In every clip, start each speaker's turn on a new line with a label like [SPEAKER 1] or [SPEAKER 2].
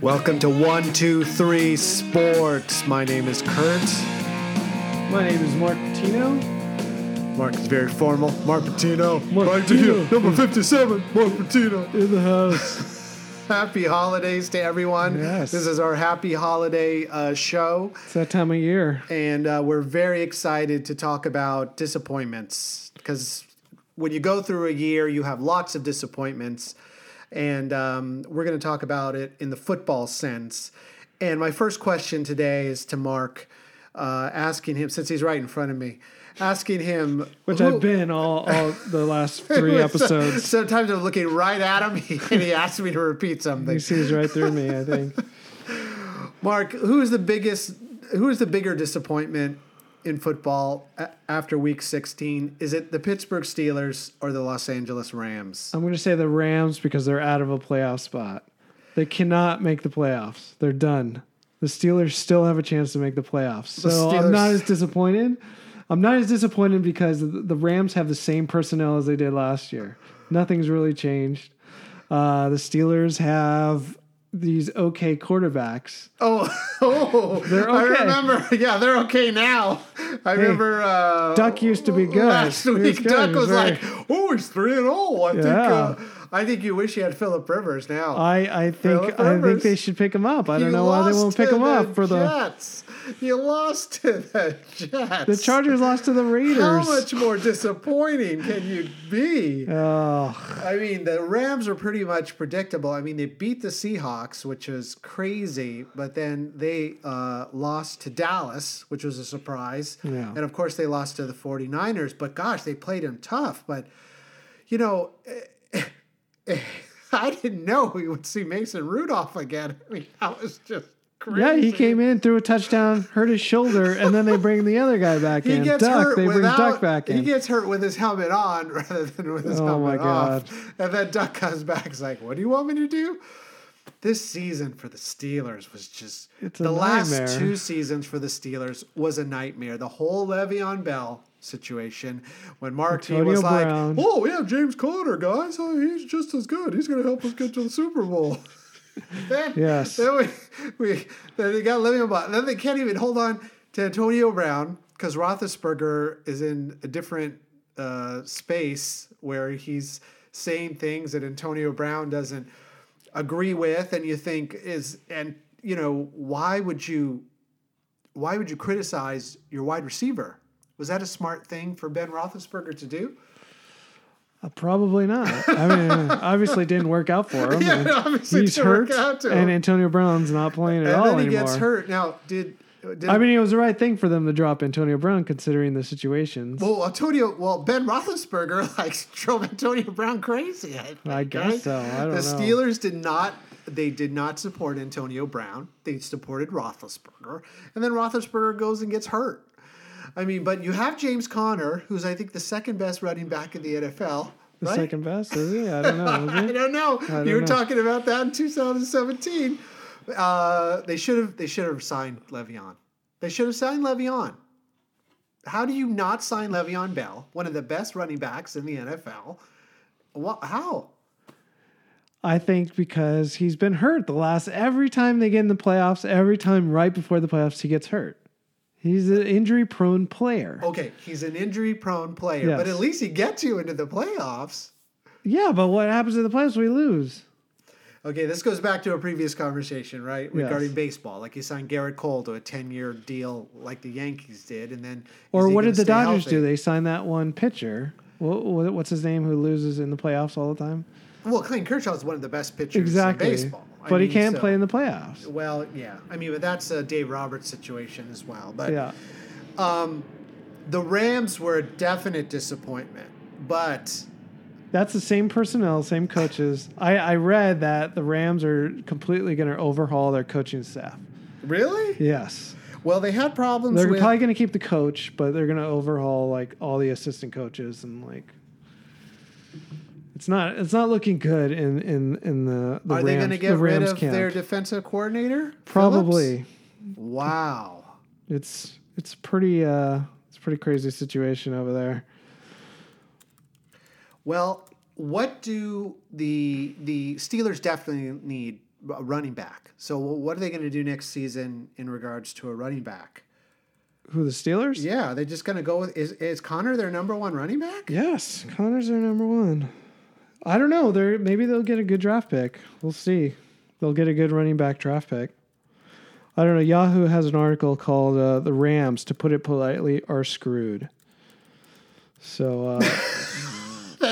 [SPEAKER 1] Welcome to One, Two, Three Sports. My name is Kurt.
[SPEAKER 2] My name is Mark Patino.
[SPEAKER 1] Mark is very formal. Mark Patino.
[SPEAKER 2] Mark Pitino.
[SPEAKER 1] Number 57. Mark Patino.
[SPEAKER 2] In the house.
[SPEAKER 1] Happy holidays to everyone.
[SPEAKER 2] Yes.
[SPEAKER 1] This is our happy holiday uh, show.
[SPEAKER 2] it's that time of year.
[SPEAKER 1] and uh, we're very excited to talk about disappointments because when you go through a year, you have lots of disappointments, and um, we're going to talk about it in the football sense. And my first question today is to Mark, uh, asking him since he's right in front of me, asking him
[SPEAKER 2] Which
[SPEAKER 1] who-
[SPEAKER 2] I've been all, all the last three episodes.
[SPEAKER 1] Sometimes I'm looking right at him, and he asks me to repeat
[SPEAKER 2] He
[SPEAKER 1] something.
[SPEAKER 2] sees right through me, I think.
[SPEAKER 1] Mark, who is the biggest? Who is the bigger disappointment in football a- after Week 16? Is it the Pittsburgh Steelers or the Los Angeles Rams?
[SPEAKER 2] I'm going to say the Rams because they're out of a playoff spot. They cannot make the playoffs. They're done. The Steelers still have a chance to make the playoffs. So
[SPEAKER 1] Steelers-
[SPEAKER 2] I'm not as disappointed. I'm not as disappointed because the the Rams have the same personnel as they did last year. Nothing's really changed. Uh, the Steelers have these okay quarterbacks.
[SPEAKER 1] Oh, oh,
[SPEAKER 2] They're
[SPEAKER 1] I
[SPEAKER 2] okay.
[SPEAKER 1] remember. Yeah, they're okay now. I remember. Uh,
[SPEAKER 2] Duck used to be good.
[SPEAKER 1] Last
[SPEAKER 2] He was
[SPEAKER 1] week,
[SPEAKER 2] good.
[SPEAKER 1] Duck
[SPEAKER 2] He
[SPEAKER 1] was
[SPEAKER 2] was very-
[SPEAKER 1] like, "Oh, he's three and oh. I think.
[SPEAKER 2] Yeah.
[SPEAKER 1] Uh, I think you wish you had Philip Rivers now.
[SPEAKER 2] I, I think
[SPEAKER 1] Philip
[SPEAKER 2] I think
[SPEAKER 1] Rivers.
[SPEAKER 2] they should pick him up. I
[SPEAKER 1] You
[SPEAKER 2] don't know why they
[SPEAKER 1] lost
[SPEAKER 2] won't pick
[SPEAKER 1] to
[SPEAKER 2] him up for the
[SPEAKER 1] Jets. You lost to the Jets.
[SPEAKER 2] the Chargers lost to the Raiders.
[SPEAKER 1] How much more disappointing can you be?
[SPEAKER 2] Oh,
[SPEAKER 1] I mean, the Rams were pretty much predictable. I mean, they beat the Seahawks, which is crazy, but then they uh, lost to Dallas, which was a surprise.
[SPEAKER 2] Yeah.
[SPEAKER 1] And of course, they lost to the 49ers, but gosh, they played them tough. But, you know, I didn't know we would see Mason Rudolph again. I mean, that was just crazy.
[SPEAKER 2] yeah, he came in, threw a touchdown, hurt his shoulder, and then they bring the other guy back
[SPEAKER 1] He
[SPEAKER 2] in.
[SPEAKER 1] gets
[SPEAKER 2] Duck,
[SPEAKER 1] hurt
[SPEAKER 2] they bring
[SPEAKER 1] without.
[SPEAKER 2] Duck back in.
[SPEAKER 1] He gets hurt with his helmet on rather than with his
[SPEAKER 2] Oh, my
[SPEAKER 1] helmet off. And then Duck comes back. He's like, "What do you want me to do?" This season for the Steelers was just
[SPEAKER 2] It's a
[SPEAKER 1] the last
[SPEAKER 2] nightmare.
[SPEAKER 1] two seasons for the Steelers was a nightmare. The whole Le'Veon Bell situation when Mark he
[SPEAKER 2] Antonio
[SPEAKER 1] was
[SPEAKER 2] Brown.
[SPEAKER 1] like, "Oh, we have James Conner, guys. Oh, he's just as good. He's going to help us get to the Super Bowl." then,
[SPEAKER 2] Yes.
[SPEAKER 1] Then we, we then they got Le'Veon Bell. Then they can't even hold on to Antonio Brown because Roethlisberger is in a different uh, space where he's saying things that Antonio Brown doesn't agree with, and you think is and you know why would you why would you criticize your wide receiver? Was that a smart thing for Ben Roethlisberger to do?
[SPEAKER 2] Uh, Probably not. I mean, obviously it didn't work out for him.
[SPEAKER 1] Yeah,
[SPEAKER 2] and
[SPEAKER 1] it obviously
[SPEAKER 2] he's
[SPEAKER 1] didn't work
[SPEAKER 2] hurt,
[SPEAKER 1] out to him.
[SPEAKER 2] and Antonio Brown's not playing at
[SPEAKER 1] And
[SPEAKER 2] all
[SPEAKER 1] then he
[SPEAKER 2] anymore.
[SPEAKER 1] gets hurt. Now, did did
[SPEAKER 2] I mean, it was the right thing for them to drop Antonio Brown considering the situations.
[SPEAKER 1] Well, Antonio, well, Ben Roethlisberger like drove Antonio Brown crazy. I, think,
[SPEAKER 2] I guess
[SPEAKER 1] right?
[SPEAKER 2] so. I don't
[SPEAKER 1] the
[SPEAKER 2] know.
[SPEAKER 1] Steelers did not. They did not support Antonio Brown. They supported Roethlisberger, and then Roethlisberger goes and gets hurt. I mean, but you have James Conner, who's I think the second best running back in the NFL.
[SPEAKER 2] the
[SPEAKER 1] right?
[SPEAKER 2] second best, is he? I don't know. is he?
[SPEAKER 1] I don't know.
[SPEAKER 2] don't
[SPEAKER 1] you were
[SPEAKER 2] know.
[SPEAKER 1] talking about that in 2017. Uh, they should have. They should have signed Le'Veon. They should have signed Le'Veon. How do you not sign Le'Veon Bell, one of the best running backs in the NFL? What? How?
[SPEAKER 2] I think because he's been hurt the last every time they get in the playoffs, every time right before the playoffs he gets hurt. He's an injury prone player.
[SPEAKER 1] Okay, he's an injury-prone player, but
[SPEAKER 2] Yes.
[SPEAKER 1] at least he gets you into the playoffs.
[SPEAKER 2] Yeah, but what happens in the playoffs? We lose.
[SPEAKER 1] Okay, this goes back to a previous conversation, right? Regarding
[SPEAKER 2] Yes.
[SPEAKER 1] baseball. Like you signed Garrett Cole to a 10-year deal like the Yankees did, and then
[SPEAKER 2] Or
[SPEAKER 1] is he
[SPEAKER 2] what
[SPEAKER 1] gonna
[SPEAKER 2] did the
[SPEAKER 1] stay
[SPEAKER 2] Dodgers
[SPEAKER 1] healthy?
[SPEAKER 2] do? They signed that one pitcher. What, what's his name who loses in the playoffs all the time?
[SPEAKER 1] Well, Clayton Kershaw is one of the best pitchers
[SPEAKER 2] Exactly.
[SPEAKER 1] in baseball. I
[SPEAKER 2] but
[SPEAKER 1] mean,
[SPEAKER 2] he can't
[SPEAKER 1] so-
[SPEAKER 2] play in the playoffs.
[SPEAKER 1] Well, yeah. I mean, but that's a Dave Roberts situation as well. But
[SPEAKER 2] Yeah.
[SPEAKER 1] the Rams were a definite disappointment. But
[SPEAKER 2] That's the same personnel, same coaches. I, I read that the Rams are completely going to overhaul their coaching staff.
[SPEAKER 1] really,
[SPEAKER 2] Yes.
[SPEAKER 1] well, they had problems
[SPEAKER 2] They're
[SPEAKER 1] with.
[SPEAKER 2] probably going to keep the coach, but they're going to overhaul like all the assistant coaches and like it's not it's not looking good in in in the, the
[SPEAKER 1] are
[SPEAKER 2] Rams,
[SPEAKER 1] they going to get
[SPEAKER 2] the
[SPEAKER 1] rid
[SPEAKER 2] Rams
[SPEAKER 1] of
[SPEAKER 2] camp.
[SPEAKER 1] their defensive coordinator?
[SPEAKER 2] probably.
[SPEAKER 1] Phillips? Wow.
[SPEAKER 2] It's it's pretty uh it's a pretty crazy situation over there.
[SPEAKER 1] Well, what do the the Steelers definitely need a running back. So what are they going to do next season in regards to a running back?
[SPEAKER 2] Who the Steelers?
[SPEAKER 1] Yeah, they're just going to go with is is Connor their number one running back?
[SPEAKER 2] Yes, Connor's their number one. I don't know. They're maybe they'll get a good draft pick. We'll see. They'll get a good running back draft pick. I don't know. Yahoo has an article called uh, "The Rams," to put it politely, are screwed. So uh,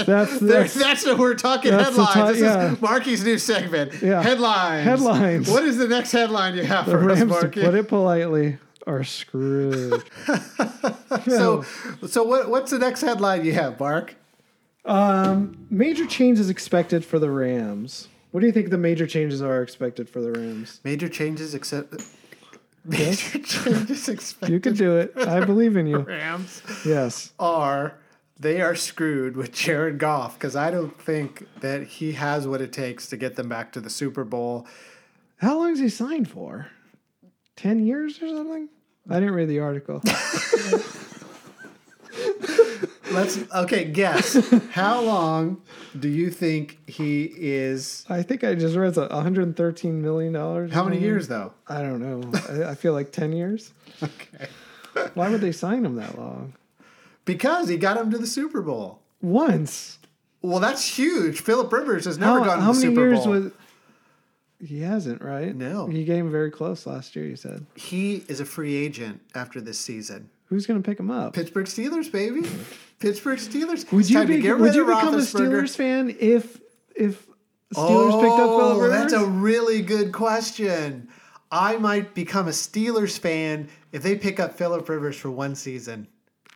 [SPEAKER 2] that's
[SPEAKER 1] There-
[SPEAKER 2] the
[SPEAKER 1] that's what we're talking
[SPEAKER 2] That's the
[SPEAKER 1] headlines.
[SPEAKER 2] ti-
[SPEAKER 1] this
[SPEAKER 2] yeah.
[SPEAKER 1] is Marky's new segment.
[SPEAKER 2] Yeah.
[SPEAKER 1] Headlines.
[SPEAKER 2] Headlines.
[SPEAKER 1] What is the next headline you have
[SPEAKER 2] the
[SPEAKER 1] for us,
[SPEAKER 2] Rams. To
[SPEAKER 1] Marky?
[SPEAKER 2] put it politely, are screwed.
[SPEAKER 1] So, so what, what's the next headline you have, Mark?
[SPEAKER 2] Um, major changes expected for the Rams. What do you think the major changes are expected for the Rams?
[SPEAKER 1] Major changes except. Major changes expected.
[SPEAKER 2] You can do it. I believe in you.
[SPEAKER 1] Rams
[SPEAKER 2] Yes.
[SPEAKER 1] are they are screwed with Jared Goff because I don't think that he has what it takes to get them back to the Super Bowl.
[SPEAKER 2] How long is he signed for? Ten years or something? I didn't read the article.
[SPEAKER 1] Let's okay guess how long do you think he is?
[SPEAKER 2] I think I just read it's 113 million dollars.
[SPEAKER 1] How many years though?
[SPEAKER 2] I don't know. I, I feel like ten years.
[SPEAKER 1] Okay,
[SPEAKER 2] Why would they sign him that long?
[SPEAKER 1] because he got him to the Super Bowl.
[SPEAKER 2] Once.
[SPEAKER 1] Well, that's huge. Philip Rivers has never
[SPEAKER 2] How,
[SPEAKER 1] gone to
[SPEAKER 2] how
[SPEAKER 1] the
[SPEAKER 2] many
[SPEAKER 1] Super
[SPEAKER 2] years
[SPEAKER 1] Bowl.
[SPEAKER 2] was? He hasn't, right?
[SPEAKER 1] No.
[SPEAKER 2] He came very close last year. You said.
[SPEAKER 1] he is a free agent after this season.
[SPEAKER 2] Who's going to pick him up?
[SPEAKER 1] Pittsburgh Steelers, baby. Pittsburgh Steelers.
[SPEAKER 2] Would
[SPEAKER 1] It's
[SPEAKER 2] you
[SPEAKER 1] time to
[SPEAKER 2] be,
[SPEAKER 1] get
[SPEAKER 2] would
[SPEAKER 1] rid
[SPEAKER 2] you
[SPEAKER 1] of
[SPEAKER 2] become a
[SPEAKER 1] Roethlisberger.
[SPEAKER 2] Steelers fan if if Steelers picked up
[SPEAKER 1] oh,
[SPEAKER 2] Philip
[SPEAKER 1] that's
[SPEAKER 2] Rivers?
[SPEAKER 1] a really good question. I might become a Steelers fan if they pick up Philip Rivers for one season.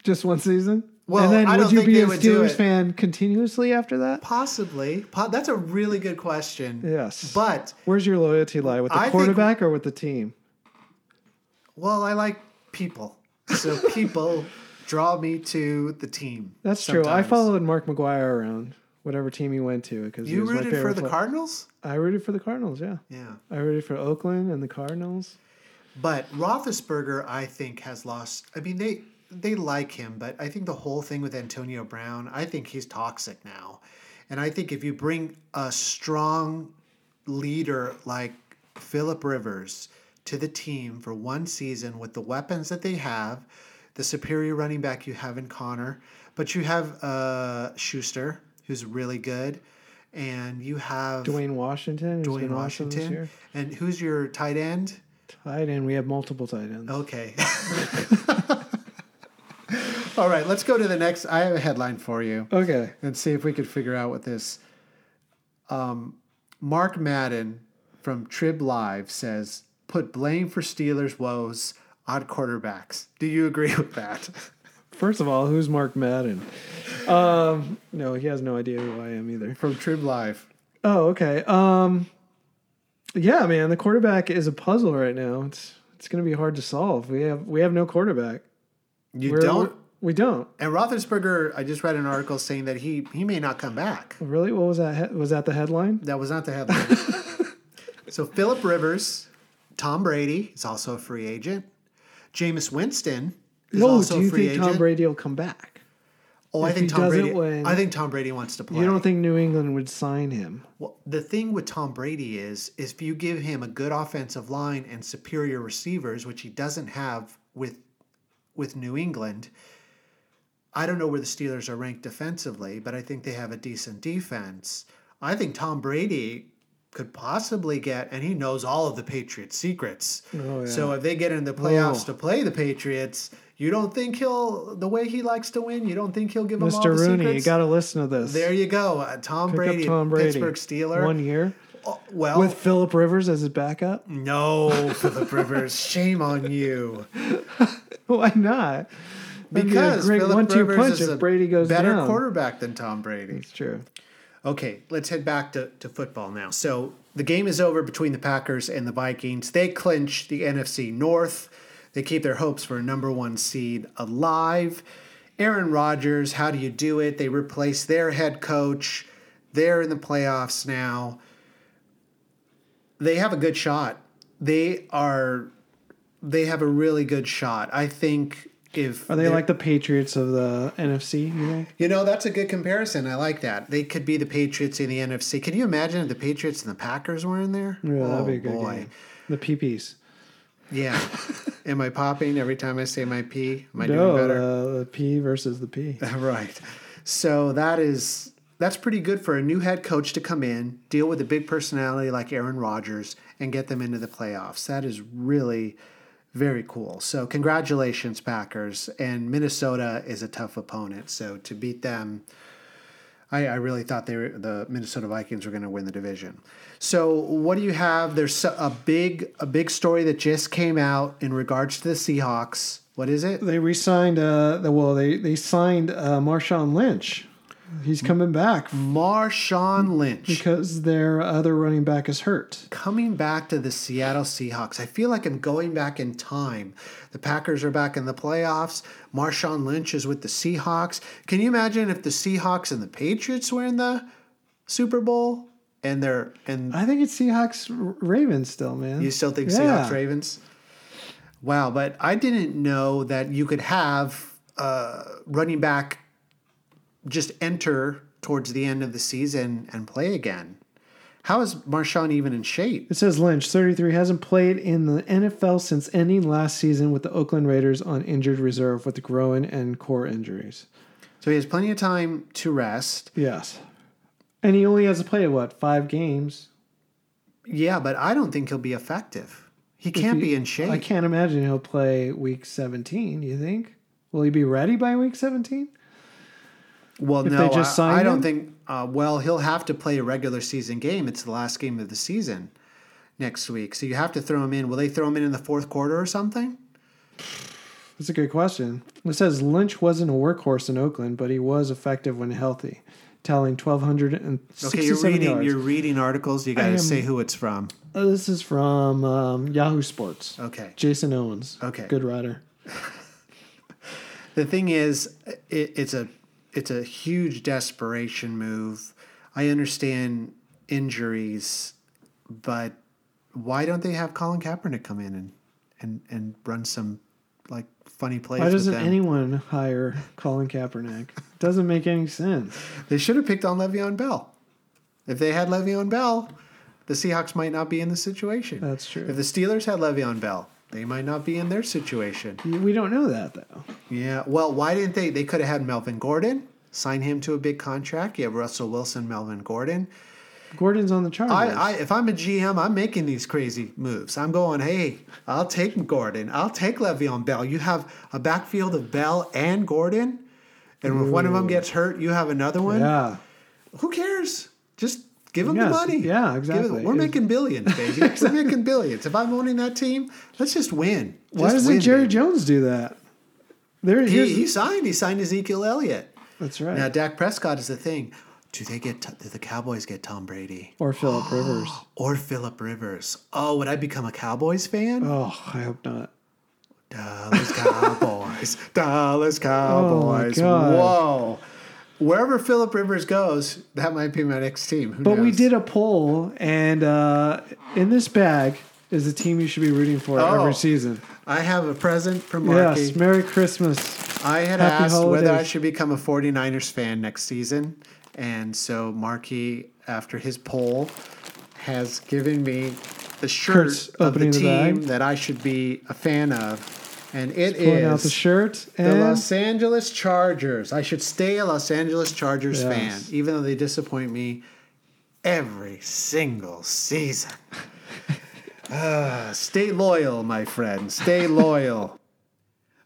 [SPEAKER 2] Just one season.
[SPEAKER 1] Well,
[SPEAKER 2] and then
[SPEAKER 1] I
[SPEAKER 2] would
[SPEAKER 1] don't
[SPEAKER 2] you
[SPEAKER 1] think
[SPEAKER 2] be
[SPEAKER 1] they
[SPEAKER 2] a
[SPEAKER 1] would do
[SPEAKER 2] Steelers
[SPEAKER 1] it.
[SPEAKER 2] fan continuously after that?
[SPEAKER 1] Possibly. Po- That's a really good question.
[SPEAKER 2] Yes.
[SPEAKER 1] But
[SPEAKER 2] Where's your loyalty lie with the
[SPEAKER 1] I think-
[SPEAKER 2] quarterback or with the team?
[SPEAKER 1] well, I like people, so people draw me to the team.
[SPEAKER 2] That's true. I
[SPEAKER 1] sometimes.
[SPEAKER 2] followed Mark McGuire around whatever team he went to because he
[SPEAKER 1] You
[SPEAKER 2] was my
[SPEAKER 1] rooted
[SPEAKER 2] favorite
[SPEAKER 1] for the
[SPEAKER 2] player.
[SPEAKER 1] Cardinals.
[SPEAKER 2] I rooted for the Cardinals. Yeah,
[SPEAKER 1] Yeah.
[SPEAKER 2] I rooted for Oakland and the Cardinals.
[SPEAKER 1] But Roethlisberger, I think, has lost. I mean, they they like him, but I think the whole thing with Antonio Brown, I think he's toxic now, and I think if you bring a strong leader like Philip Rivers to the team for one season with the weapons that they have, the superior running back you have in Connor, but you have uh, Schuster, who's really good, and you have
[SPEAKER 2] Dwayne Washington. who's
[SPEAKER 1] Dwayne
[SPEAKER 2] been awesome this
[SPEAKER 1] Washington,
[SPEAKER 2] year.
[SPEAKER 1] and who's your tight end?
[SPEAKER 2] Tight end. We have multiple tight ends.
[SPEAKER 1] Okay. All right, let's go to the next. I have a headline for you
[SPEAKER 2] Okay.
[SPEAKER 1] and see if we could figure out what this. Um, Mark Madden from Trib Live says, "Put blame for Steelers woes on quarterbacks." Do you agree with that?
[SPEAKER 2] First of all, who's Mark Madden? Um, no, he has no idea who I am either.
[SPEAKER 1] From Trib Live,
[SPEAKER 2] Oh, okay. Um, yeah, man, the quarterback is a puzzle right now. It's it's going to be hard to solve. We have we have no quarterback.
[SPEAKER 1] you
[SPEAKER 2] We're-
[SPEAKER 1] don't.
[SPEAKER 2] we don't
[SPEAKER 1] And Roethlisberger, I just read an article saying that he he may not come back.
[SPEAKER 2] really. What was that? he- Was that the headline?
[SPEAKER 1] That was not the headline. so Philip Rivers, Tom Brady is also a free agent. Jameis Winston is
[SPEAKER 2] No,
[SPEAKER 1] also
[SPEAKER 2] do
[SPEAKER 1] a
[SPEAKER 2] you
[SPEAKER 1] free
[SPEAKER 2] think
[SPEAKER 1] agent.
[SPEAKER 2] Tom Brady will come back?
[SPEAKER 1] oh, I
[SPEAKER 2] if
[SPEAKER 1] think
[SPEAKER 2] he
[SPEAKER 1] Tom
[SPEAKER 2] doesn't
[SPEAKER 1] Brady.
[SPEAKER 2] win-
[SPEAKER 1] I think Tom Brady wants to play.
[SPEAKER 2] You don't think New England would sign him?
[SPEAKER 1] Well, the thing with Tom Brady is, is if you give him a good offensive line and superior receivers, which he doesn't have with with New England, I don't know where the Steelers are ranked defensively, but I think they have a decent defense. I think Tom Brady could possibly get, and he knows all of the Patriots' secrets.
[SPEAKER 2] Oh, yeah.
[SPEAKER 1] So if they get in the playoffs
[SPEAKER 2] Oh.
[SPEAKER 1] to play the Patriots, you don't think he'll the way he likes to win. You don't think he'll give them all the
[SPEAKER 2] Mr. Rooney,
[SPEAKER 1] secrets.
[SPEAKER 2] you got to listen to this.
[SPEAKER 1] there you go, uh, Tom,
[SPEAKER 2] Pick up
[SPEAKER 1] Brady,
[SPEAKER 2] Tom Brady,
[SPEAKER 1] Pittsburgh Steeler.
[SPEAKER 2] one year
[SPEAKER 1] Oh, Mm. well,
[SPEAKER 2] with Philip Rivers as his backup.
[SPEAKER 1] no, Philip Rivers, shame on you.
[SPEAKER 2] Why not? That'd be a
[SPEAKER 1] Because
[SPEAKER 2] great
[SPEAKER 1] Philip
[SPEAKER 2] one-two
[SPEAKER 1] Rivers
[SPEAKER 2] punch
[SPEAKER 1] is
[SPEAKER 2] if
[SPEAKER 1] a
[SPEAKER 2] Brady goes
[SPEAKER 1] better
[SPEAKER 2] down.
[SPEAKER 1] quarterback than Tom Brady.
[SPEAKER 2] It's true.
[SPEAKER 1] Okay, let's head back to, to football now. So the game is over between the Packers and the Vikings. They clinch the NFC North. They keep their hopes for a number one seed alive. Aaron Rodgers, how do you do it? They replace their head coach. They're in the playoffs now. They have a good shot. They are they have a really good shot. I think if
[SPEAKER 2] Are they
[SPEAKER 1] they're-
[SPEAKER 2] like the Patriots of the NFC? You think?
[SPEAKER 1] you know that's a good comparison. I like that. They could be the Patriots in the NFC. Can you imagine if the Patriots and the Packers were in there?
[SPEAKER 2] Yeah,
[SPEAKER 1] oh
[SPEAKER 2] that'd be a good
[SPEAKER 1] boy.
[SPEAKER 2] game. The PPs.
[SPEAKER 1] Yeah. Am I popping every time I say my P? Am I doing
[SPEAKER 2] No,
[SPEAKER 1] better?
[SPEAKER 2] uh, the P versus the P.
[SPEAKER 1] Right. So that is that's pretty good for a new head coach to come in, deal with a big personality like Aaron Rodgers, and get them into the playoffs. That is really very cool. So congratulations, Packers. And Minnesota is a tough opponent. So to beat them, I, I really thought they were, the Minnesota Vikings were going to win the division. So what do you have? There's so- a big a big story that just came out in regards to the Seahawks. What is it?
[SPEAKER 2] They re-signed. Uh, the, well, they they signed uh, Marshawn Lynch. He's
[SPEAKER 1] Hmm.
[SPEAKER 2] coming back
[SPEAKER 1] Marshawn Lynch.
[SPEAKER 2] because their other running back is hurt.
[SPEAKER 1] coming back to the Seattle Seahawks, I feel like I'm going back in time. The Packers are back in the playoffs. Marshawn Lynch is with the Seahawks. Can you imagine if the Seahawks and the Patriots were in the Super Bowl and they're and
[SPEAKER 2] I think it's Seahawks R- Ravens still, man.
[SPEAKER 1] you still think
[SPEAKER 2] Yeah.
[SPEAKER 1] Seahawks Ravens? Wow, but I didn't know that you could have uh, running back just enter towards the end of the season and play again. How is Marshawn even in shape?
[SPEAKER 2] It says Lynch, 33, hasn't played in the NFL since ending last season with the Oakland Raiders on injured reserve with groin and core injuries.
[SPEAKER 1] So he has plenty of time to rest.
[SPEAKER 2] Yes. And he only has to play, what, five games?
[SPEAKER 1] Yeah, but I don't think he'll be effective. He can't be in shape.
[SPEAKER 2] I can't imagine he'll play week 17, you think? Will he be ready by week 17?
[SPEAKER 1] well,
[SPEAKER 2] if
[SPEAKER 1] no,
[SPEAKER 2] they just
[SPEAKER 1] I-
[SPEAKER 2] sign
[SPEAKER 1] I, don't
[SPEAKER 2] him?
[SPEAKER 1] think. Uh, well, he'll have to play a regular season game. It's the last game of the season next week, so you have to throw him in. Will they throw him in in the fourth quarter or something?
[SPEAKER 2] That's a good question. It says Lynch wasn't a workhorse in Oakland, but he was effective when healthy, tallying 1,267
[SPEAKER 1] Okay, you're reading.
[SPEAKER 2] yards.
[SPEAKER 1] You're reading articles. You got
[SPEAKER 2] am-
[SPEAKER 1] to say who it's from.
[SPEAKER 2] Uh, This is from um, Yahoo Sports.
[SPEAKER 1] Okay.
[SPEAKER 2] Jason Owens.
[SPEAKER 1] Okay.
[SPEAKER 2] Good writer.
[SPEAKER 1] The thing is, it, it's a it's a huge desperation move. I understand injuries, but why don't they have Colin Kaepernick come in and and and run some like funny plays
[SPEAKER 2] Why
[SPEAKER 1] with
[SPEAKER 2] doesn't
[SPEAKER 1] them?
[SPEAKER 2] anyone hire Colin Kaepernick? doesn't make any sense.
[SPEAKER 1] they should have picked on Le'Veon Bell. If they had Le'Veon Bell, the Seahawks might not be in this situation.
[SPEAKER 2] That's true.
[SPEAKER 1] If the Steelers had Le'Veon Bell, they might not be in their situation.
[SPEAKER 2] We don't know that though.
[SPEAKER 1] Yeah. Well, why didn't they? They could have had Melvin Gordon sign him to a big contract. You have Russell Wilson, Melvin Gordon.
[SPEAKER 2] Gordon's on the Chargers.
[SPEAKER 1] I, I, if I'm a GM, I'm making these crazy moves. I'm going, hey, I'll take Gordon. I'll take Le'Veon Bell. You have a backfield of Bell and Gordon, and if one of them gets hurt, you have another one.
[SPEAKER 2] yeah,
[SPEAKER 1] Who cares? Just give them
[SPEAKER 2] Yes,
[SPEAKER 1] the money.
[SPEAKER 2] yeah,
[SPEAKER 1] Give it-
[SPEAKER 2] exactly.
[SPEAKER 1] we're
[SPEAKER 2] It's-
[SPEAKER 1] making billions, baby. we're making billions. If I'm owning that team, let's just win.
[SPEAKER 2] why
[SPEAKER 1] Just
[SPEAKER 2] doesn't
[SPEAKER 1] win,
[SPEAKER 2] Jerry
[SPEAKER 1] baby.
[SPEAKER 2] Jones do that? There,
[SPEAKER 1] He,
[SPEAKER 2] here's,
[SPEAKER 1] he signed. He signed Ezekiel Elliott.
[SPEAKER 2] that's right.
[SPEAKER 1] Now Dak Prescott is the thing. Do they get? Do the Cowboys get Tom Brady
[SPEAKER 2] or Philip Rivers.
[SPEAKER 1] or Philip Rivers? Oh, would I become a Cowboys fan?
[SPEAKER 2] Oh, I hope not.
[SPEAKER 1] Dallas Cowboys, Dallas Cowboys.
[SPEAKER 2] Oh God.
[SPEAKER 1] Whoa! Wherever Philip Rivers goes, that might be my next team. Who
[SPEAKER 2] But we
[SPEAKER 1] knows?
[SPEAKER 2] did a poll, and uh, in this bag is a team you should be rooting for
[SPEAKER 1] Oh.
[SPEAKER 2] every season.
[SPEAKER 1] I have a present from Marky.
[SPEAKER 2] Yes, Merry Christmas.
[SPEAKER 1] I had
[SPEAKER 2] Happy
[SPEAKER 1] asked whether I
[SPEAKER 2] holidays.
[SPEAKER 1] should become a 49ers fan next season. And so Marky, after his poll, has given me the shirt
[SPEAKER 2] Kurt's
[SPEAKER 1] of the
[SPEAKER 2] opening the
[SPEAKER 1] team
[SPEAKER 2] bag.
[SPEAKER 1] that I should be a fan of. And it
[SPEAKER 2] Pulling out the
[SPEAKER 1] is
[SPEAKER 2] shirt
[SPEAKER 1] the
[SPEAKER 2] and
[SPEAKER 1] Los Angeles Chargers. I should stay a Los Angeles Chargers
[SPEAKER 2] Yes.
[SPEAKER 1] fan, even though they disappoint me every single season. Ah, stay loyal, my friend. Stay loyal.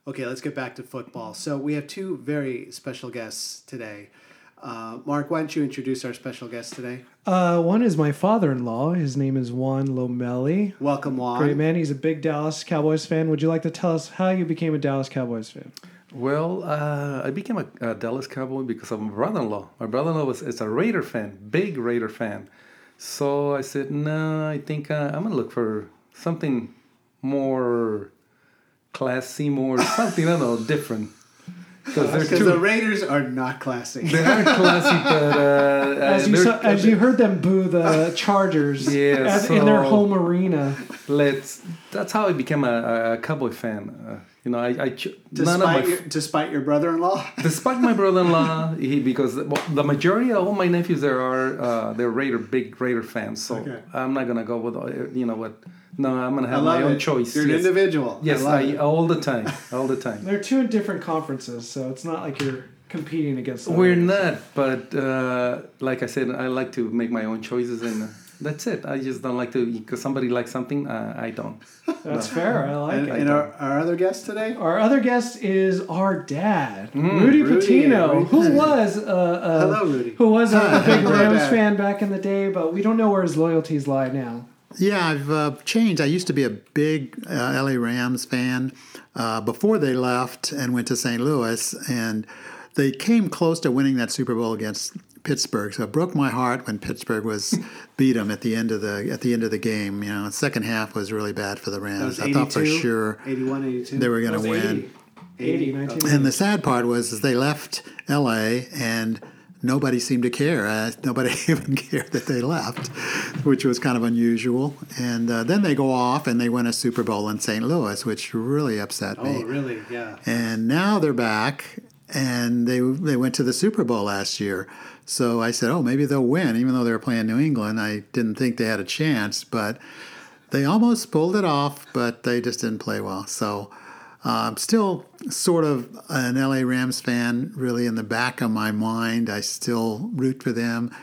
[SPEAKER 1] okay, let's get back to football. So we have two very special guests today. Uh, Mark, why don't you introduce our special guest today?
[SPEAKER 2] Uh, one is my father-in-law. His name is Juan Lomelli.
[SPEAKER 1] Welcome, Juan.
[SPEAKER 2] Great man. He's a big Dallas Cowboys fan. Would you like to tell us how you became a Dallas Cowboys fan?
[SPEAKER 3] Well, uh, I became a, a Dallas Cowboy because of my brother-in-law. My brother-in-law was is a Raider fan, big Raider fan. So I said, no, I think uh, I'm gonna look for something more classy, more something I don't know, different. Because they're
[SPEAKER 1] Because the
[SPEAKER 3] too,
[SPEAKER 1] Raiders are not classy.
[SPEAKER 3] they are classy, but uh,
[SPEAKER 2] As
[SPEAKER 3] uh,
[SPEAKER 2] you
[SPEAKER 3] they're-
[SPEAKER 2] saw, as you heard them boo the Chargers
[SPEAKER 3] Yeah,
[SPEAKER 1] Oh.
[SPEAKER 2] at- in their
[SPEAKER 3] so-
[SPEAKER 2] home arena.
[SPEAKER 3] let's. That's how I became a, a, a Cowboy fan. Uh, You know, I, I ch- none of my
[SPEAKER 1] Despite your, despite your brother-in-law.
[SPEAKER 3] despite my brother-in-law, he because well, the majority of all my nephews there are uh, they're Raider big Raider fans. So
[SPEAKER 1] Okay.
[SPEAKER 3] I'm not gonna go with uh, you know what. No, I'm gonna
[SPEAKER 1] I
[SPEAKER 3] have my
[SPEAKER 1] love
[SPEAKER 3] own
[SPEAKER 1] it.
[SPEAKER 3] choice.
[SPEAKER 1] You're an
[SPEAKER 3] yes,
[SPEAKER 1] individual.
[SPEAKER 3] yes
[SPEAKER 1] I love
[SPEAKER 3] I,
[SPEAKER 1] it.
[SPEAKER 3] all the time, all the time.
[SPEAKER 2] They're two in different conferences, so it's not like you're competing against. the
[SPEAKER 3] We're
[SPEAKER 2] Raiders.
[SPEAKER 3] not, but uh, like I said, I like to make my own choices, and uh, that's it. I just don't like to because somebody likes something, uh, I don't.
[SPEAKER 2] That's fair. I like
[SPEAKER 1] And,
[SPEAKER 2] it.
[SPEAKER 1] and our, our other guest today,
[SPEAKER 4] Oh,
[SPEAKER 2] Our other guest is our dad,
[SPEAKER 3] Mm,
[SPEAKER 2] Rudy,
[SPEAKER 1] Rudy,
[SPEAKER 2] Patino,
[SPEAKER 1] Rudy
[SPEAKER 2] who
[SPEAKER 1] Patino.
[SPEAKER 2] was uh, uh,
[SPEAKER 1] Hello, Rudy.
[SPEAKER 2] who was a big
[SPEAKER 4] Hello,
[SPEAKER 2] Rams
[SPEAKER 1] Dad.
[SPEAKER 2] fan back in the day, but we don't know where his loyalties lie now.
[SPEAKER 4] Yeah, I've uh, changed. I used to be a big uh, LA Rams fan uh, before they left and went to St. Louis, and they came close to winning that Super Bowl against Pittsburgh. So it broke my heart when Pittsburgh was beat them at the end of the at the end of the game. You know, the second half was really bad for the Rams.
[SPEAKER 1] was
[SPEAKER 4] I thought for
[SPEAKER 1] 82.
[SPEAKER 4] sure
[SPEAKER 1] 81, 82.
[SPEAKER 4] they were going
[SPEAKER 2] That's
[SPEAKER 4] to win.
[SPEAKER 2] 80, 80,
[SPEAKER 1] Eighty.
[SPEAKER 2] 1980.
[SPEAKER 4] And the sad part was is they left LA and nobody seemed to care. Uh, nobody even cared that they left, which was kind of unusual. And uh, then they go off and they win a Super Bowl in St. Louis, which really upset
[SPEAKER 1] Oh,
[SPEAKER 4] me.
[SPEAKER 1] really? Yeah.
[SPEAKER 4] And now they're back and they they went to the Super Bowl last year. So I said, "Oh, maybe they'll win even though they were playing New England. I didn't think they had a chance, but they almost pulled it off, but they just didn't play well. So I'm still sort of an LA Rams fan, really in the back of my mind. I still root for them.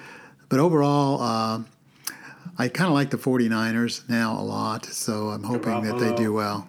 [SPEAKER 4] But overall, uh, I kind of like the 49ers now a lot. So I'm hoping that they do
[SPEAKER 1] Garoppolo.
[SPEAKER 4] well.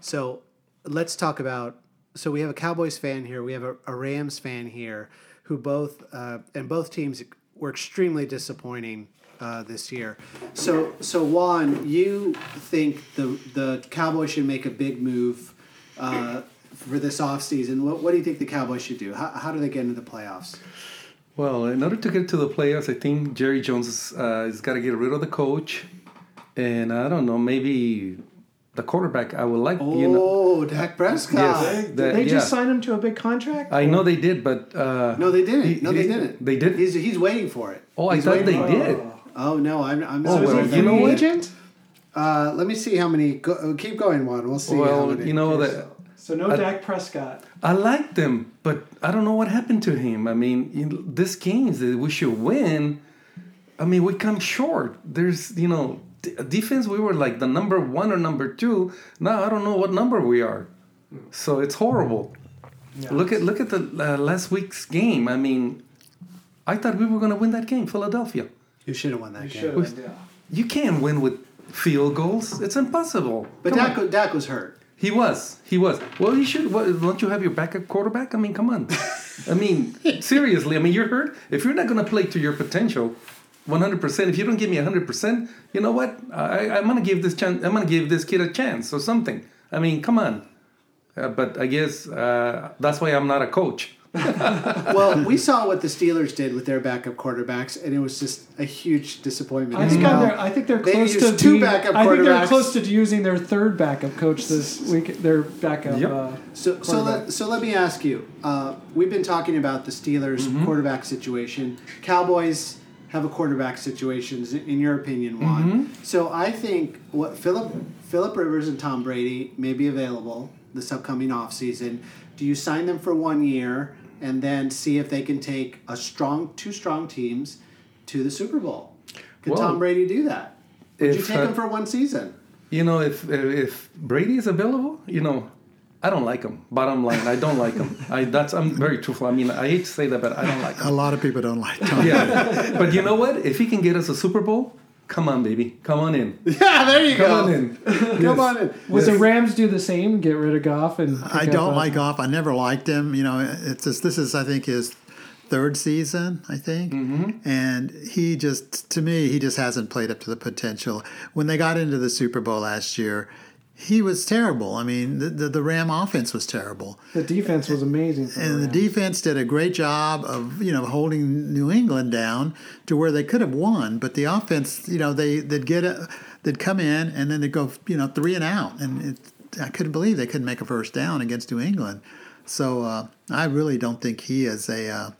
[SPEAKER 1] So let's talk about. So we have a Cowboys fan here. We have a, a Rams fan here, who both uh, and both teams were extremely disappointing uh, this year. So so Juan, you think the the Cowboys should make a big move uh, for this offseason. What what do you think the Cowboys should do? How, how do they get into the playoffs?
[SPEAKER 3] Well, in order to get to the playoffs, I think Jerry Jones is, uh, has got to get rid of the coach, and I don't know, maybe the quarterback. I would like,
[SPEAKER 1] Oh,
[SPEAKER 3] you know.
[SPEAKER 1] Dak Prescott.
[SPEAKER 3] Yes,
[SPEAKER 2] Did
[SPEAKER 3] that-
[SPEAKER 2] they just
[SPEAKER 3] yeah.
[SPEAKER 2] sign him to a big contract?
[SPEAKER 3] I know they did, but uh,
[SPEAKER 1] No, they didn't.
[SPEAKER 3] he-
[SPEAKER 1] no, they
[SPEAKER 3] he-
[SPEAKER 1] didn't.
[SPEAKER 3] They did.
[SPEAKER 1] He's, he's waiting for it.
[SPEAKER 3] Oh, I
[SPEAKER 1] He's
[SPEAKER 3] thought
[SPEAKER 1] waiting
[SPEAKER 3] they
[SPEAKER 1] for it.
[SPEAKER 3] did.
[SPEAKER 1] Oh no, I'm. I'm
[SPEAKER 3] Oh,
[SPEAKER 1] sorry.
[SPEAKER 3] well,
[SPEAKER 2] Is he
[SPEAKER 3] you
[SPEAKER 2] a
[SPEAKER 3] know
[SPEAKER 2] free
[SPEAKER 3] what?
[SPEAKER 2] agent?
[SPEAKER 1] Uh, let me see how many. Go, uh, keep going, Juan. We'll see. how
[SPEAKER 3] Well,
[SPEAKER 1] many
[SPEAKER 3] you know
[SPEAKER 1] is.
[SPEAKER 3] that
[SPEAKER 2] So no
[SPEAKER 3] I-
[SPEAKER 2] Dak Prescott.
[SPEAKER 3] I liked him, but I don't know what happened to him. I mean, in this games that we should win. I mean, we come short. There's, you know, d- defense. We were like the number one or number two. Now I don't know what number we are. So it's horrible. Look at look at the uh, last week's game. I mean, I thought we were going to win that game, Philadelphia.
[SPEAKER 1] you should have won that game.
[SPEAKER 2] Should've been, yeah.
[SPEAKER 3] You can't win with field goals. It's impossible.
[SPEAKER 1] But
[SPEAKER 3] Come on.
[SPEAKER 1] Dak, wa- Dak was hurt.
[SPEAKER 3] He was. He was. Well, you should. What, don't you have your backup quarterback? I mean, come on. I mean, seriously. I mean, you're hurt. If you're not going to play to your potential, 100%. If you don't give me 100%, you know what? I, I'm going to give this chance. I'm going to give this kid a chance or something. I mean, come on. Uh, but I guess uh, that's why I'm not a coach.
[SPEAKER 1] Well, we saw what the Steelers did with their backup quarterbacks, and it was just a huge disappointment.
[SPEAKER 2] I
[SPEAKER 1] as
[SPEAKER 2] think,
[SPEAKER 1] well.
[SPEAKER 2] they're, I think they're
[SPEAKER 1] They
[SPEAKER 2] close
[SPEAKER 1] used
[SPEAKER 2] to
[SPEAKER 1] two
[SPEAKER 2] being-
[SPEAKER 1] backup
[SPEAKER 2] I think they're
[SPEAKER 1] quarterbacks.
[SPEAKER 2] close to using their third backup coach this week. Their backup.
[SPEAKER 3] Yep.
[SPEAKER 2] Uh,
[SPEAKER 1] So, so
[SPEAKER 2] quarterback.
[SPEAKER 1] let, so let me ask you. Uh, we've been talking about the Steelers quarterback situation. Cowboys have a quarterback situation, in your opinion, Juan. So I think what Philip Philip Rivers and Tom Brady may be available this upcoming offseason. Do you sign them for one year and then see if they can take a strong two strong teams to the Super Bowl? Could
[SPEAKER 3] Well,
[SPEAKER 1] Tom Brady do that? Would you
[SPEAKER 3] if,
[SPEAKER 1] take
[SPEAKER 3] uh,
[SPEAKER 1] him for one season?
[SPEAKER 3] You know, if if Brady is available, you know, I don't like him. Bottom line, I don't like him. I that's I'm very truthful. I mean, I hate to say that, but I don't like him.
[SPEAKER 4] A lot of people don't like Tom.
[SPEAKER 3] yeah. But you know what? If he can get us a Super Bowl, come on, baby. Come on in.
[SPEAKER 1] Yeah, there you
[SPEAKER 3] Come
[SPEAKER 1] go.
[SPEAKER 3] on in.
[SPEAKER 1] Come on in.
[SPEAKER 2] Would the Rams do the same? Get rid of Goff and pick
[SPEAKER 4] I
[SPEAKER 2] up,
[SPEAKER 4] don't
[SPEAKER 2] uh,
[SPEAKER 4] like Goff. I never liked him. You know, it's just, this is I think his third season. I think, and he just to me he just hasn't played up to the potential. When they got into the Super Bowl last year, he was terrible. I mean, the the, the Ram offense was terrible.
[SPEAKER 2] The defense was amazing. For
[SPEAKER 4] And the
[SPEAKER 2] Rams.
[SPEAKER 4] defense did a great job of you know holding New England down to where they could have won, but the offense you know they they'd get a, they'd come in and then they'd go you know three and out, and it, I couldn't believe they couldn't make a first down against New England. So uh, I really don't think he is a uh,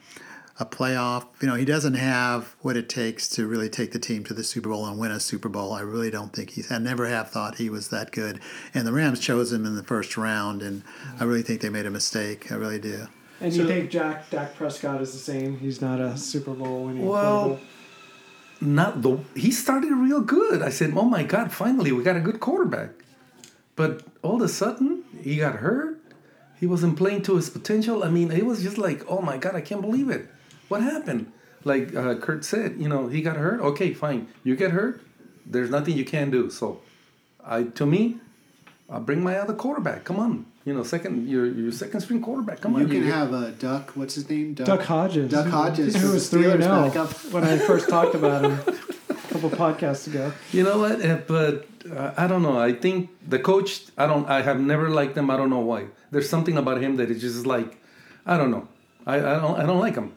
[SPEAKER 4] a playoff. You know, he doesn't have what it takes to really take the team to the Super Bowl and win a Super Bowl. I really don't think he's. I never have thought he was that good. And the Rams chose him in the first round, and I really think they made a mistake. I really do.
[SPEAKER 2] And
[SPEAKER 1] So-
[SPEAKER 2] you think Jack Dak Prescott is the same? He's not a Super Bowl winning
[SPEAKER 3] Well,
[SPEAKER 2] quarterback.
[SPEAKER 3] not the he started real good. I said, "Oh my God, finally we got a good quarterback." But all of a sudden, he got hurt. He wasn't playing to his potential. I mean, it was just like, "Oh my God, I can't believe it. What happened?" Like uh, Kurt said, you know, he got hurt. Okay, fine. You get hurt. There's nothing you can do. So, I to me, I bring my other quarterback. Come on, you know, second your your second string quarterback. Come on,
[SPEAKER 1] You can
[SPEAKER 3] get-
[SPEAKER 1] have a duck. What's his name? Duck,
[SPEAKER 2] Duck Hodges.
[SPEAKER 1] Duck Hodges.
[SPEAKER 2] Who
[SPEAKER 1] for
[SPEAKER 2] was
[SPEAKER 1] the
[SPEAKER 2] 3
[SPEAKER 1] Steelers
[SPEAKER 2] 0
[SPEAKER 1] backup.
[SPEAKER 2] when I first talked about him a couple podcasts ago.
[SPEAKER 3] You know what? Uh, But uh, I don't know. I think the coach. I don't. I have never liked him. I don't know why. There's something about him that is just like, I don't know. I, I don't. I don't like him.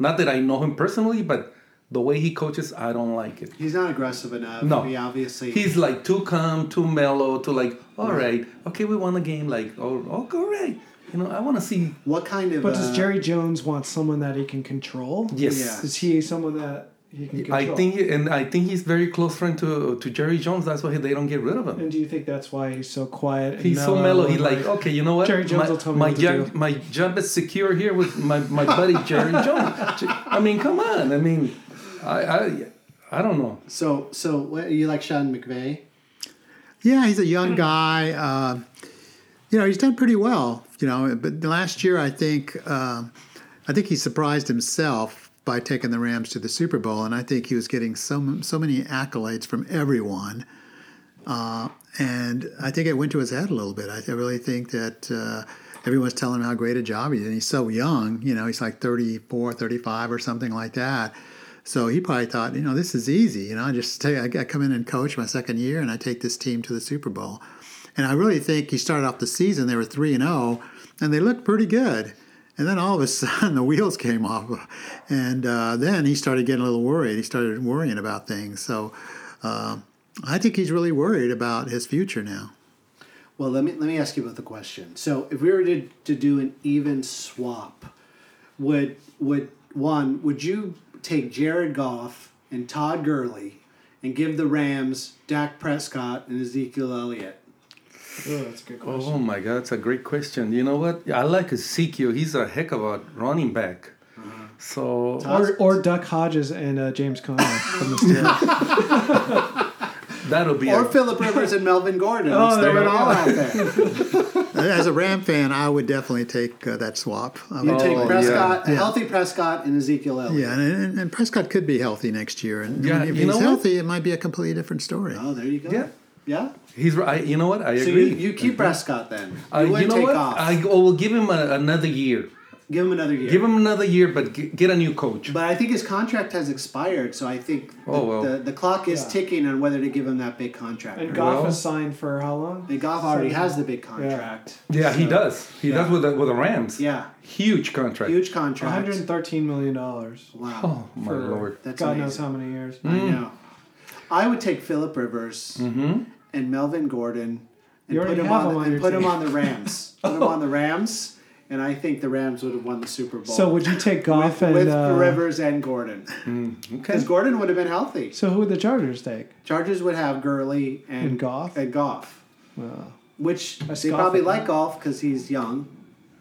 [SPEAKER 3] Not that I know him personally, but the way he coaches, I don't like it.
[SPEAKER 1] He's not aggressive enough.
[SPEAKER 3] No.
[SPEAKER 1] He obviously.
[SPEAKER 3] He's like too calm, too mellow, too like, all right, okay, we won the game. Like, oh, okay, all right. You know, I want to see.
[SPEAKER 1] what kind of.
[SPEAKER 2] But does
[SPEAKER 1] uh,
[SPEAKER 2] Jerry Jones want someone that he can control?
[SPEAKER 3] Yes.
[SPEAKER 1] Yeah.
[SPEAKER 2] Is he someone that he can control?
[SPEAKER 3] I think, and I think he's very close friend to to Jerry Jones. That's why they don't get rid of him.
[SPEAKER 2] And do you think that's why he's so quiet? and
[SPEAKER 3] He's so mellow. He
[SPEAKER 2] and
[SPEAKER 3] like, okay, you know what?
[SPEAKER 2] Jerry Jones
[SPEAKER 3] my,
[SPEAKER 2] will tell me
[SPEAKER 3] my
[SPEAKER 2] what to
[SPEAKER 3] job,
[SPEAKER 2] do.
[SPEAKER 3] my job is secure here with my, my buddy Jerry Jones. I mean, come on. I mean, I I, I don't know.
[SPEAKER 1] So, so what, you like Sean McVay?
[SPEAKER 4] Yeah, he's a
[SPEAKER 1] Hmm.
[SPEAKER 4] young guy. Uh, you know, he's done pretty well. You know, but last year I think um I think he surprised himself by taking the Rams to the Super Bowl, and I think he was getting so so many accolades from everyone. Uh, and I think it went to his head a little bit. I, I really think that uh, everyone's telling him how great a job he did. And he's so young, you know, he's like 34, 35 or something like that. So he probably thought, you know, this is easy. You know, I just take, I I come in and coach my second year, and I take this team to the Super Bowl. And I really think he started off the season they were three and zero, and they looked pretty good. And then all of a sudden the wheels came off, and uh, then he started getting a little worried. He started worrying about things. So uh, I think he's really worried about his future now.
[SPEAKER 1] Well, let me let me ask you both a question. So, if we were to, to do an even swap, would would one would you take Jared Goff and Todd Gurley, and give the Rams Dak Prescott and Ezekiel Elliott?
[SPEAKER 2] Oh, that's a good question.
[SPEAKER 3] Oh my God, that's a great question. You know what? I like Ezekiel. He's a heck of a running back.
[SPEAKER 1] Mm-hmm.
[SPEAKER 3] So
[SPEAKER 2] Or, or Duck Hodges and uh, James Conner from the Steelers.
[SPEAKER 3] that'll be.
[SPEAKER 1] Or
[SPEAKER 3] A,
[SPEAKER 1] Philip Rivers and Melvin Gordon?
[SPEAKER 2] Oh,
[SPEAKER 1] Let's throw
[SPEAKER 2] there we
[SPEAKER 1] it all
[SPEAKER 2] go.
[SPEAKER 1] out there.
[SPEAKER 4] As a Ram fan, I would definitely take uh, that swap. I
[SPEAKER 1] You
[SPEAKER 4] would-
[SPEAKER 1] take
[SPEAKER 3] Oh, yeah.
[SPEAKER 1] Prescott, a healthy Prescott, and Ezekiel Elliott.
[SPEAKER 4] yeah, and, and- and Prescott could be healthy next year, and
[SPEAKER 3] Yeah,
[SPEAKER 4] if
[SPEAKER 3] you know
[SPEAKER 4] he's
[SPEAKER 3] what?
[SPEAKER 4] healthy, it might be a completely different story.
[SPEAKER 1] Oh, there you go.
[SPEAKER 3] Yeah.
[SPEAKER 1] Yeah?
[SPEAKER 3] he's right. You know what? I
[SPEAKER 1] So you,
[SPEAKER 3] agree.
[SPEAKER 1] you keep Prescott then. You
[SPEAKER 3] Uh,
[SPEAKER 1] wouldn't
[SPEAKER 3] you know
[SPEAKER 1] take
[SPEAKER 3] what?
[SPEAKER 1] off.
[SPEAKER 3] I, I will give him a, another year.
[SPEAKER 1] Give him another year.
[SPEAKER 3] Give him another year, but g- get a new coach.
[SPEAKER 1] But I think his contract has expired, so I think the,
[SPEAKER 3] Oh, well.
[SPEAKER 1] the, the clock is
[SPEAKER 2] Yeah.
[SPEAKER 1] ticking on whether to give him that big contract.
[SPEAKER 2] and
[SPEAKER 1] And,
[SPEAKER 2] Goff
[SPEAKER 3] Well-
[SPEAKER 2] is signed for how long?
[SPEAKER 1] Goff already has the big contract.
[SPEAKER 3] Yeah, he
[SPEAKER 1] So,
[SPEAKER 3] does. He
[SPEAKER 1] yeah.
[SPEAKER 3] does with the, with the Rams.
[SPEAKER 1] Yeah,
[SPEAKER 3] Huge contract.
[SPEAKER 1] huge contract.
[SPEAKER 2] 113 million dollars.
[SPEAKER 1] Wow,
[SPEAKER 3] Oh my
[SPEAKER 2] for
[SPEAKER 3] lord.
[SPEAKER 1] That's
[SPEAKER 2] God knows
[SPEAKER 1] amazing.
[SPEAKER 2] how many years.
[SPEAKER 1] I
[SPEAKER 3] Mm.
[SPEAKER 1] know. I would take Philip Rivers
[SPEAKER 3] Mm-hmm.
[SPEAKER 1] and Melvin Gordon and
[SPEAKER 2] You
[SPEAKER 1] put
[SPEAKER 2] already
[SPEAKER 1] him on,
[SPEAKER 2] have him
[SPEAKER 1] the,
[SPEAKER 2] on
[SPEAKER 1] and
[SPEAKER 2] your
[SPEAKER 1] put him
[SPEAKER 2] team.
[SPEAKER 1] on the Rams. put him on the Rams, and I think the Rams would have won the Super Bowl.
[SPEAKER 2] So would you take Goff
[SPEAKER 1] with,
[SPEAKER 2] and
[SPEAKER 1] with
[SPEAKER 2] uh,
[SPEAKER 1] Rivers and Gordon,
[SPEAKER 3] Mm, Okay.
[SPEAKER 1] because Gordon would have been healthy.
[SPEAKER 2] So who would the Chargers take?
[SPEAKER 1] Chargers would have Gurley and,
[SPEAKER 2] And Goff?
[SPEAKER 1] and Goff.
[SPEAKER 2] Well,
[SPEAKER 1] which
[SPEAKER 2] That's
[SPEAKER 1] they
[SPEAKER 2] golf,
[SPEAKER 1] probably
[SPEAKER 2] isn't
[SPEAKER 1] like golf because he's young,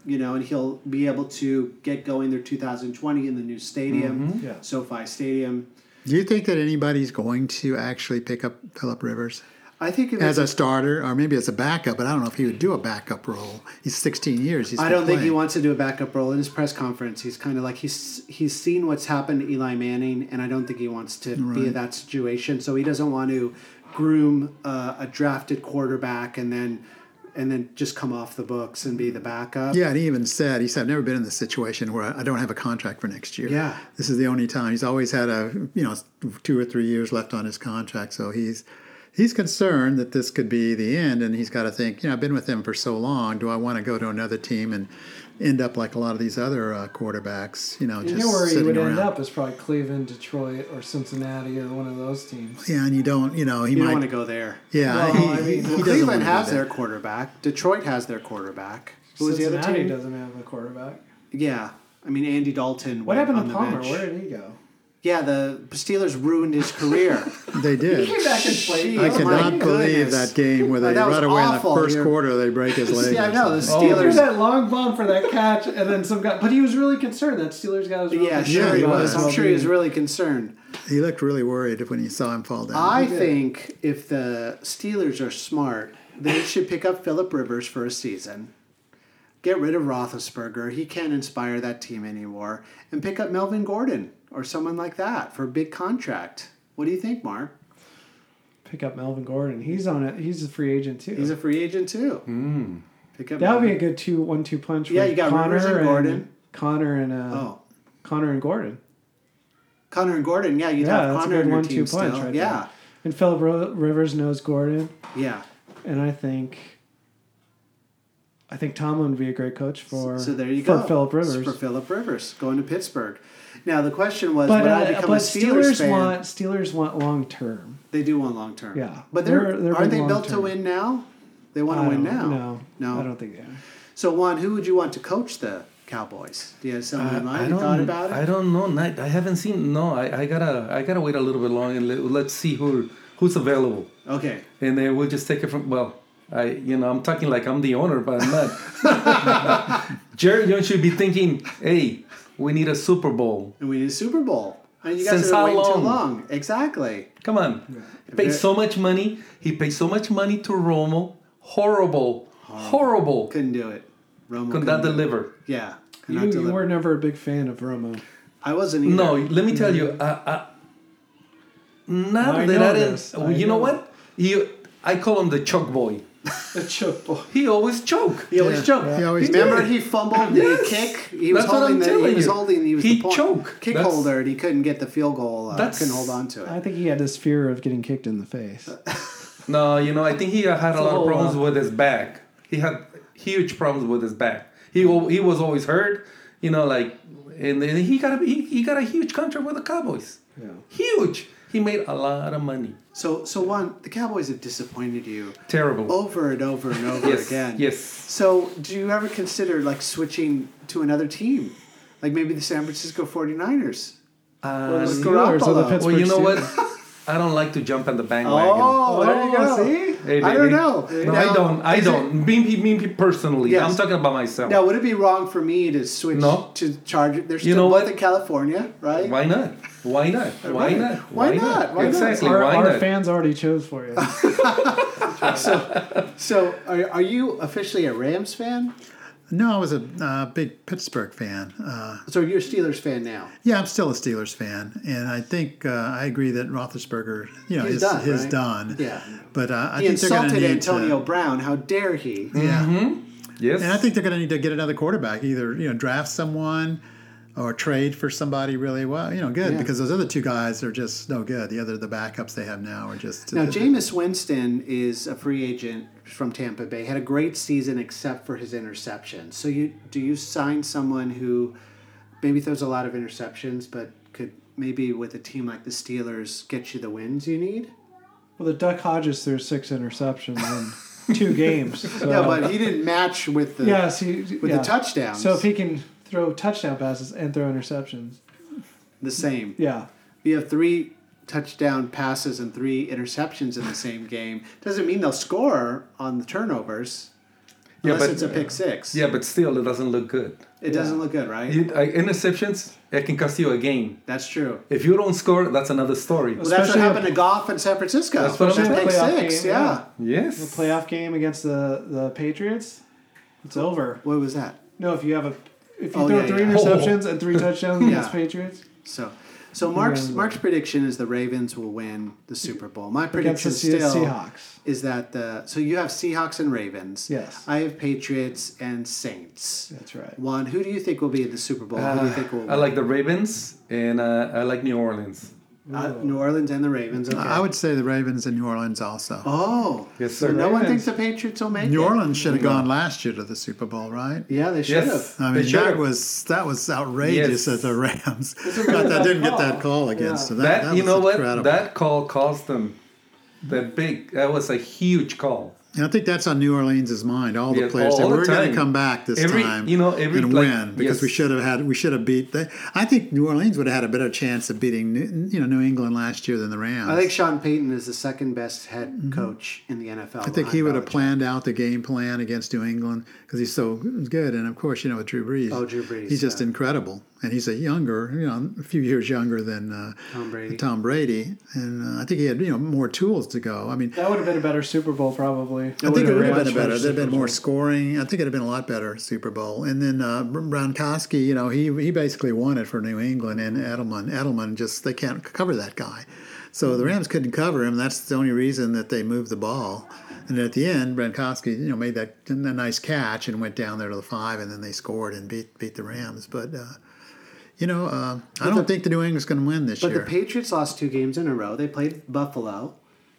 [SPEAKER 1] you know, and he'll be able to get going their 2020 in the new stadium,
[SPEAKER 4] Mm-hmm.
[SPEAKER 2] Yeah.
[SPEAKER 1] SoFi Stadium.
[SPEAKER 4] Do you think that anybody's going to actually pick up Philip Rivers
[SPEAKER 1] I think if
[SPEAKER 4] as
[SPEAKER 1] it's,
[SPEAKER 4] a starter, or maybe as a backup? But I don't know if he would do a backup role. He's 16 years. He's
[SPEAKER 1] I
[SPEAKER 4] been
[SPEAKER 1] don't think he
[SPEAKER 4] playing.
[SPEAKER 1] wants to do a backup role in his press conference. He's kind of like he's he's seen what's happened to Eli Manning, and I don't think he wants to be in that situation. So he doesn't want to groom uh, a drafted quarterback and then and then just come off the books and be the backup.
[SPEAKER 4] Yeah, and he even said, he said, I've never been in this situation where I don't have a contract for next year.
[SPEAKER 1] Yeah.
[SPEAKER 4] This is the only time. He's always had a, you know, two or three years left on his contract. So he's, he's concerned that this could be the end. And he's got to think, you know, I've been with them for so long. Do I want to go to another team and end up like a lot of these other uh, quarterbacks, you know,
[SPEAKER 2] you
[SPEAKER 4] just
[SPEAKER 2] know where he
[SPEAKER 4] sitting
[SPEAKER 2] would
[SPEAKER 4] around?
[SPEAKER 2] end up is probably Cleveland, Detroit, or Cincinnati, or one of those teams.
[SPEAKER 4] Yeah, and you don't, you know, he
[SPEAKER 1] You
[SPEAKER 4] might.
[SPEAKER 1] don't want to go there.
[SPEAKER 4] yeah,
[SPEAKER 2] Well,
[SPEAKER 4] he,
[SPEAKER 2] I mean,
[SPEAKER 4] he-
[SPEAKER 2] well,
[SPEAKER 4] he doesn't wanna
[SPEAKER 1] Cleveland
[SPEAKER 4] do
[SPEAKER 1] has
[SPEAKER 4] that.
[SPEAKER 1] their quarterback. Detroit has their quarterback. Who was the
[SPEAKER 2] Cincinnati
[SPEAKER 1] other team?
[SPEAKER 2] doesn't have a quarterback.
[SPEAKER 1] Yeah, I mean, Andy Dalton.
[SPEAKER 2] What
[SPEAKER 1] went
[SPEAKER 2] happened
[SPEAKER 1] on
[SPEAKER 2] to
[SPEAKER 1] the
[SPEAKER 2] Palmer?
[SPEAKER 1] bench.
[SPEAKER 2] Where did he go?
[SPEAKER 1] Yeah, the Steelers ruined his career.
[SPEAKER 4] They
[SPEAKER 2] He
[SPEAKER 4] did.
[SPEAKER 2] came back and played.
[SPEAKER 1] Jeez.
[SPEAKER 4] I
[SPEAKER 1] Oh,
[SPEAKER 4] cannot
[SPEAKER 1] my
[SPEAKER 4] believe
[SPEAKER 1] goodness.
[SPEAKER 4] that game where
[SPEAKER 1] Oh,
[SPEAKER 4] they
[SPEAKER 1] that was
[SPEAKER 4] right away
[SPEAKER 1] awful.
[SPEAKER 4] in the 1st
[SPEAKER 1] You're-
[SPEAKER 4] quarter they break his leg.
[SPEAKER 1] yeah, I
[SPEAKER 4] or
[SPEAKER 1] know the
[SPEAKER 4] something.
[SPEAKER 2] He threw
[SPEAKER 1] Steelers.
[SPEAKER 2] Oh. that long bomb for that catch, and then some guy. But he was really concerned that Steelers guy was. really
[SPEAKER 1] yeah,
[SPEAKER 2] concerned
[SPEAKER 1] sure he
[SPEAKER 4] he
[SPEAKER 1] was.
[SPEAKER 2] about
[SPEAKER 1] I'm sure he was
[SPEAKER 2] his
[SPEAKER 1] really concerned.
[SPEAKER 4] He looked really worried when he saw him fall down.
[SPEAKER 1] I think if the Steelers are smart, they should pick up Philip Rivers for a season. Get rid of Roethlisberger; he can't inspire that team anymore, and pick up Melvin Gordon or someone like that for a big contract. What do you think, Mark?
[SPEAKER 2] well-being. Pick up Melvin Gordon. He's on it. He's a free agent too.
[SPEAKER 1] He's a free agent too. Pick up
[SPEAKER 2] Hmm. that would be a
[SPEAKER 1] Melvin-
[SPEAKER 2] good two one-two punch.
[SPEAKER 1] Yeah,
[SPEAKER 2] with
[SPEAKER 1] you got
[SPEAKER 2] Connor
[SPEAKER 1] Rivers and Gordon.
[SPEAKER 2] Connor and uh,
[SPEAKER 1] oh
[SPEAKER 2] Connor and Gordon.
[SPEAKER 1] Connor and Gordon. Yeah, you'd
[SPEAKER 2] Yeah,
[SPEAKER 1] have
[SPEAKER 2] that's a
[SPEAKER 1] Connor
[SPEAKER 2] good
[SPEAKER 1] in your team
[SPEAKER 2] one-two punch
[SPEAKER 1] still.
[SPEAKER 2] right
[SPEAKER 1] yeah,
[SPEAKER 2] And Philip Ro- Rivers knows Gordon,
[SPEAKER 1] yeah.
[SPEAKER 2] and I think. I think Tomlin would be a great coach for
[SPEAKER 1] So there you
[SPEAKER 2] for
[SPEAKER 1] go
[SPEAKER 2] Philip Rivers.
[SPEAKER 1] for Philip Rivers going to Pittsburgh. Now the question was,
[SPEAKER 2] but
[SPEAKER 1] would I
[SPEAKER 2] uh,
[SPEAKER 1] become
[SPEAKER 2] but
[SPEAKER 1] a Steelers,
[SPEAKER 2] Steelers,
[SPEAKER 1] fan?
[SPEAKER 2] want Steelers want long term.
[SPEAKER 1] They do want long term.
[SPEAKER 2] Yeah.
[SPEAKER 1] but they're,
[SPEAKER 2] They're- they're
[SPEAKER 1] aren't
[SPEAKER 2] big
[SPEAKER 1] they built to
[SPEAKER 2] long-term.
[SPEAKER 1] win now? They want to
[SPEAKER 2] I
[SPEAKER 1] win
[SPEAKER 2] don't-
[SPEAKER 1] now.
[SPEAKER 2] No,
[SPEAKER 1] no.
[SPEAKER 2] I don't think they are.
[SPEAKER 1] So Juan, who would you want to coach the Cowboys? Do you
[SPEAKER 2] Uh,
[SPEAKER 1] have someone in mind? You
[SPEAKER 3] don't,
[SPEAKER 1] thought about it?
[SPEAKER 3] I don't know. Not, I haven't seen. No, I, I gotta. I gotta wait a little bit long and let, let's see who who's available,
[SPEAKER 1] okay.
[SPEAKER 3] and then we'll just take it from. Well, I you know I'm talking like I'm the owner, but I'm not. Jerry Jones should be thinking, hey, we need a Super Bowl.
[SPEAKER 1] And we need a Super Bowl. I mean, you guys
[SPEAKER 3] Since
[SPEAKER 1] are
[SPEAKER 3] how
[SPEAKER 1] waiting too
[SPEAKER 3] long?
[SPEAKER 1] long. Exactly.
[SPEAKER 3] Come on, he paid so much money. He paid so much money to Romo. Horrible, horrible.
[SPEAKER 1] Couldn't do it. Romo
[SPEAKER 3] Could
[SPEAKER 1] couldn't
[SPEAKER 3] not
[SPEAKER 1] do it.
[SPEAKER 3] deliver.
[SPEAKER 1] Yeah. Could
[SPEAKER 2] You,
[SPEAKER 1] not
[SPEAKER 2] you
[SPEAKER 1] deliver.
[SPEAKER 2] were never a big fan of Romo.
[SPEAKER 1] I wasn't either.
[SPEAKER 3] No, let me tell you. I, I, not
[SPEAKER 2] I
[SPEAKER 3] that
[SPEAKER 2] know
[SPEAKER 3] I didn't.
[SPEAKER 2] this. I
[SPEAKER 3] you know,
[SPEAKER 2] know.
[SPEAKER 3] what? You, I call him the choke boy.
[SPEAKER 2] A choke boy.
[SPEAKER 3] He always choke.
[SPEAKER 1] He always choked.
[SPEAKER 4] He always
[SPEAKER 1] Remember,
[SPEAKER 3] did.
[SPEAKER 1] he fumbled
[SPEAKER 3] Yes.
[SPEAKER 1] the kick. He was
[SPEAKER 3] That's what
[SPEAKER 1] holding
[SPEAKER 3] I'm
[SPEAKER 1] the. He
[SPEAKER 3] telling
[SPEAKER 1] was
[SPEAKER 3] you.
[SPEAKER 1] holding. He was
[SPEAKER 3] He
[SPEAKER 1] the point,
[SPEAKER 3] choked.
[SPEAKER 1] kick
[SPEAKER 3] That's-
[SPEAKER 1] holder, and he couldn't get the field goal. Uh,
[SPEAKER 3] That's-
[SPEAKER 1] couldn't hold on to it.
[SPEAKER 2] I think he had this fear of getting kicked in the face.
[SPEAKER 3] No, you know, I think he had a lot
[SPEAKER 2] whole
[SPEAKER 3] of problems
[SPEAKER 2] lot.
[SPEAKER 3] with his back. He had huge problems with his back. He al- he was always hurt. You know, like, and then he got a, he, he got a huge contract with the Cowboys.
[SPEAKER 2] Yeah.
[SPEAKER 3] Huge. He made a lot of money.
[SPEAKER 1] So, so one, the Cowboys have disappointed you
[SPEAKER 3] Terrible.
[SPEAKER 1] over and over and over
[SPEAKER 3] yes.
[SPEAKER 1] again.
[SPEAKER 3] Yes.
[SPEAKER 1] So, do you ever consider like switching to another team, like maybe the San Francisco 49ers?
[SPEAKER 3] Uh,
[SPEAKER 1] Let's go
[SPEAKER 2] Steelers or the
[SPEAKER 1] Garoppolo.
[SPEAKER 2] Pittsburgh
[SPEAKER 3] well, you know what?
[SPEAKER 2] Steelers.
[SPEAKER 3] I don't like to jump on the bandwagon.
[SPEAKER 1] Oh, there you go.
[SPEAKER 2] see?
[SPEAKER 3] Hey,
[SPEAKER 1] I don't
[SPEAKER 3] baby.
[SPEAKER 1] know.
[SPEAKER 3] No,
[SPEAKER 1] Now,
[SPEAKER 3] I don't. I
[SPEAKER 1] is it-
[SPEAKER 3] don't. Mean, pe- mean pe- personally.
[SPEAKER 1] Yes.
[SPEAKER 3] I'm talking about myself.
[SPEAKER 1] Now, would it be wrong for me to switch
[SPEAKER 3] No.
[SPEAKER 1] to Charger? They're still
[SPEAKER 3] know
[SPEAKER 1] both
[SPEAKER 3] what?
[SPEAKER 1] in California, right?
[SPEAKER 3] Why not? Why not? Why not?
[SPEAKER 1] Why not? Why not?
[SPEAKER 3] exactly.
[SPEAKER 2] Our,
[SPEAKER 3] Why
[SPEAKER 2] our
[SPEAKER 3] not?
[SPEAKER 2] fans already chose for you.
[SPEAKER 1] So, are, are you officially a Rams fan?
[SPEAKER 4] No, I was a uh, big Pittsburgh fan. Uh,
[SPEAKER 1] So, you're a Steelers fan now.
[SPEAKER 4] yeah, I'm still a Steelers fan, and I think uh, I agree that Roethlisberger, you know,
[SPEAKER 1] He's
[SPEAKER 4] is,
[SPEAKER 1] done,
[SPEAKER 4] is
[SPEAKER 1] right?
[SPEAKER 4] done.
[SPEAKER 1] Yeah.
[SPEAKER 4] But uh, I
[SPEAKER 1] He
[SPEAKER 4] think they're going to
[SPEAKER 1] insulted
[SPEAKER 4] need
[SPEAKER 1] Antonio
[SPEAKER 4] To,
[SPEAKER 1] Brown. How dare he?
[SPEAKER 4] yeah.
[SPEAKER 3] Yes.
[SPEAKER 4] And I think they're going to need to get another quarterback, either you know draft someone or trade for somebody really well, you know, good
[SPEAKER 1] Yeah.
[SPEAKER 4] because those other two guys are just no good. The other the backups they have now are just uh,
[SPEAKER 1] Now, Jameis Winston is a free agent from Tampa Bay. Had a great season except for his interceptions. So, you do you sign someone who maybe throws a lot of interceptions, but could maybe with a team like the Steelers get you the wins you need?
[SPEAKER 2] well, the Duck Hodges threw six interceptions in two games. So.
[SPEAKER 1] Yeah, but he didn't match with the.
[SPEAKER 2] yeah, see,
[SPEAKER 1] With the touchdowns.
[SPEAKER 2] So if he can throw touchdown passes and throw interceptions,
[SPEAKER 1] The same.
[SPEAKER 2] yeah,
[SPEAKER 1] You have three touchdown passes and three interceptions in the same game. Doesn't mean they'll score on the turnovers.
[SPEAKER 3] Yeah,
[SPEAKER 1] Unless
[SPEAKER 3] but-
[SPEAKER 1] it's a pick six.
[SPEAKER 3] yeah, but still, it doesn't look good.
[SPEAKER 1] It doesn't look good, right?
[SPEAKER 3] You, uh, interceptions, it can cost you a game.
[SPEAKER 1] That's true.
[SPEAKER 3] If you don't score, that's another story.
[SPEAKER 1] Well, that's what
[SPEAKER 2] Especially
[SPEAKER 1] happened to Goff in San Francisco.
[SPEAKER 3] That's what
[SPEAKER 1] That
[SPEAKER 3] I'm saying.
[SPEAKER 1] pick
[SPEAKER 2] Playoff
[SPEAKER 1] six,
[SPEAKER 2] game,
[SPEAKER 1] yeah.
[SPEAKER 2] yeah.
[SPEAKER 3] yes.
[SPEAKER 2] the playoff game against the the Patriots, it's over.
[SPEAKER 1] What was that?
[SPEAKER 2] No, if you have a if you
[SPEAKER 1] Oh,
[SPEAKER 2] throw
[SPEAKER 1] yeah,
[SPEAKER 2] three
[SPEAKER 1] yeah.
[SPEAKER 2] interceptions and three touchdowns against
[SPEAKER 1] Yeah.
[SPEAKER 2] Patriots
[SPEAKER 1] So, so Mark's
[SPEAKER 2] Yeah.
[SPEAKER 1] Mark's prediction is the Ravens will win the Super Bowl. My
[SPEAKER 2] against
[SPEAKER 1] prediction
[SPEAKER 2] the Se-
[SPEAKER 1] still
[SPEAKER 2] Seahawks.
[SPEAKER 1] is that the so you have Seahawks and Ravens.
[SPEAKER 2] Yes.
[SPEAKER 1] I have Patriots and Saints.
[SPEAKER 2] That's right.
[SPEAKER 1] Juan, who do you think will be in the Super Bowl? who do
[SPEAKER 2] Uh,
[SPEAKER 1] you think will win?
[SPEAKER 3] I like the Ravens and uh, I like New Orleans.
[SPEAKER 1] Uh, New Orleans and the Ravens. Okay.
[SPEAKER 4] I would say the Ravens and New Orleans also.
[SPEAKER 1] Oh,
[SPEAKER 3] Yes,
[SPEAKER 1] so
[SPEAKER 3] sir.
[SPEAKER 1] no one thinks
[SPEAKER 2] Ravens.
[SPEAKER 1] the Patriots will make
[SPEAKER 4] New
[SPEAKER 1] it.
[SPEAKER 4] Orleans should have gone last year to the Super Bowl, right?
[SPEAKER 1] Yeah, they should
[SPEAKER 3] Yes.
[SPEAKER 1] have.
[SPEAKER 4] I
[SPEAKER 3] They
[SPEAKER 4] mean,
[SPEAKER 3] should
[SPEAKER 4] that
[SPEAKER 3] have.
[SPEAKER 4] was that was
[SPEAKER 3] Yes.
[SPEAKER 4] outrageous that the Rams got that, didn't get that call against them.
[SPEAKER 3] That,
[SPEAKER 4] That, that
[SPEAKER 3] you
[SPEAKER 4] was
[SPEAKER 3] know what?
[SPEAKER 4] incredible.
[SPEAKER 3] That call cost them. That big. That was a huge call.
[SPEAKER 4] And I think that's on New Orleans' mind. All the
[SPEAKER 3] Yeah,
[SPEAKER 4] players
[SPEAKER 3] all
[SPEAKER 4] say
[SPEAKER 3] the
[SPEAKER 4] we're going
[SPEAKER 3] time.
[SPEAKER 4] to come back this
[SPEAKER 3] Every-
[SPEAKER 4] time,
[SPEAKER 3] you know, every
[SPEAKER 4] and
[SPEAKER 3] play-
[SPEAKER 4] win because we
[SPEAKER 3] yes.
[SPEAKER 4] should have had we should have beat. The, I think New Orleans would have had a better chance of beating New, you know New England last year than the Rams.
[SPEAKER 1] I think Sean Payton is the second best head coach in the NFL.
[SPEAKER 4] Mm-hmm. I think he would have planned out the game plan against New England because he's so good. And of course, you know, with Drew Brees,
[SPEAKER 1] Oh, Drew Brees,
[SPEAKER 4] he's just
[SPEAKER 1] yeah.
[SPEAKER 4] incredible. And he's a younger, you know, a few years younger than uh,
[SPEAKER 1] Tom Brady.
[SPEAKER 4] Tom Brady. And uh, I think he had you know more tools to go. I mean,
[SPEAKER 2] That would have been a better Super Bowl, probably.
[SPEAKER 4] I think it would
[SPEAKER 2] Rams
[SPEAKER 4] have been a better.
[SPEAKER 2] versus
[SPEAKER 4] There'd been
[SPEAKER 2] Super
[SPEAKER 4] more
[SPEAKER 2] Bowl.
[SPEAKER 4] scoring. I think it'd have been a lot better Super Bowl. And then uh, Gronkowski, you know, he he basically won it for New England and Edelman. Edelman just they can't cover that guy, so the Rams couldn't cover him. That's the only reason that they moved the ball. And at the end, Gronkowski, you know, made that a nice catch and went down there to the five, and then they scored and beat beat the Rams. But uh, you know, uh, I don't think the New England's going to win this
[SPEAKER 1] But
[SPEAKER 4] year.
[SPEAKER 1] the Patriots lost two games in a row. They played Buffalo,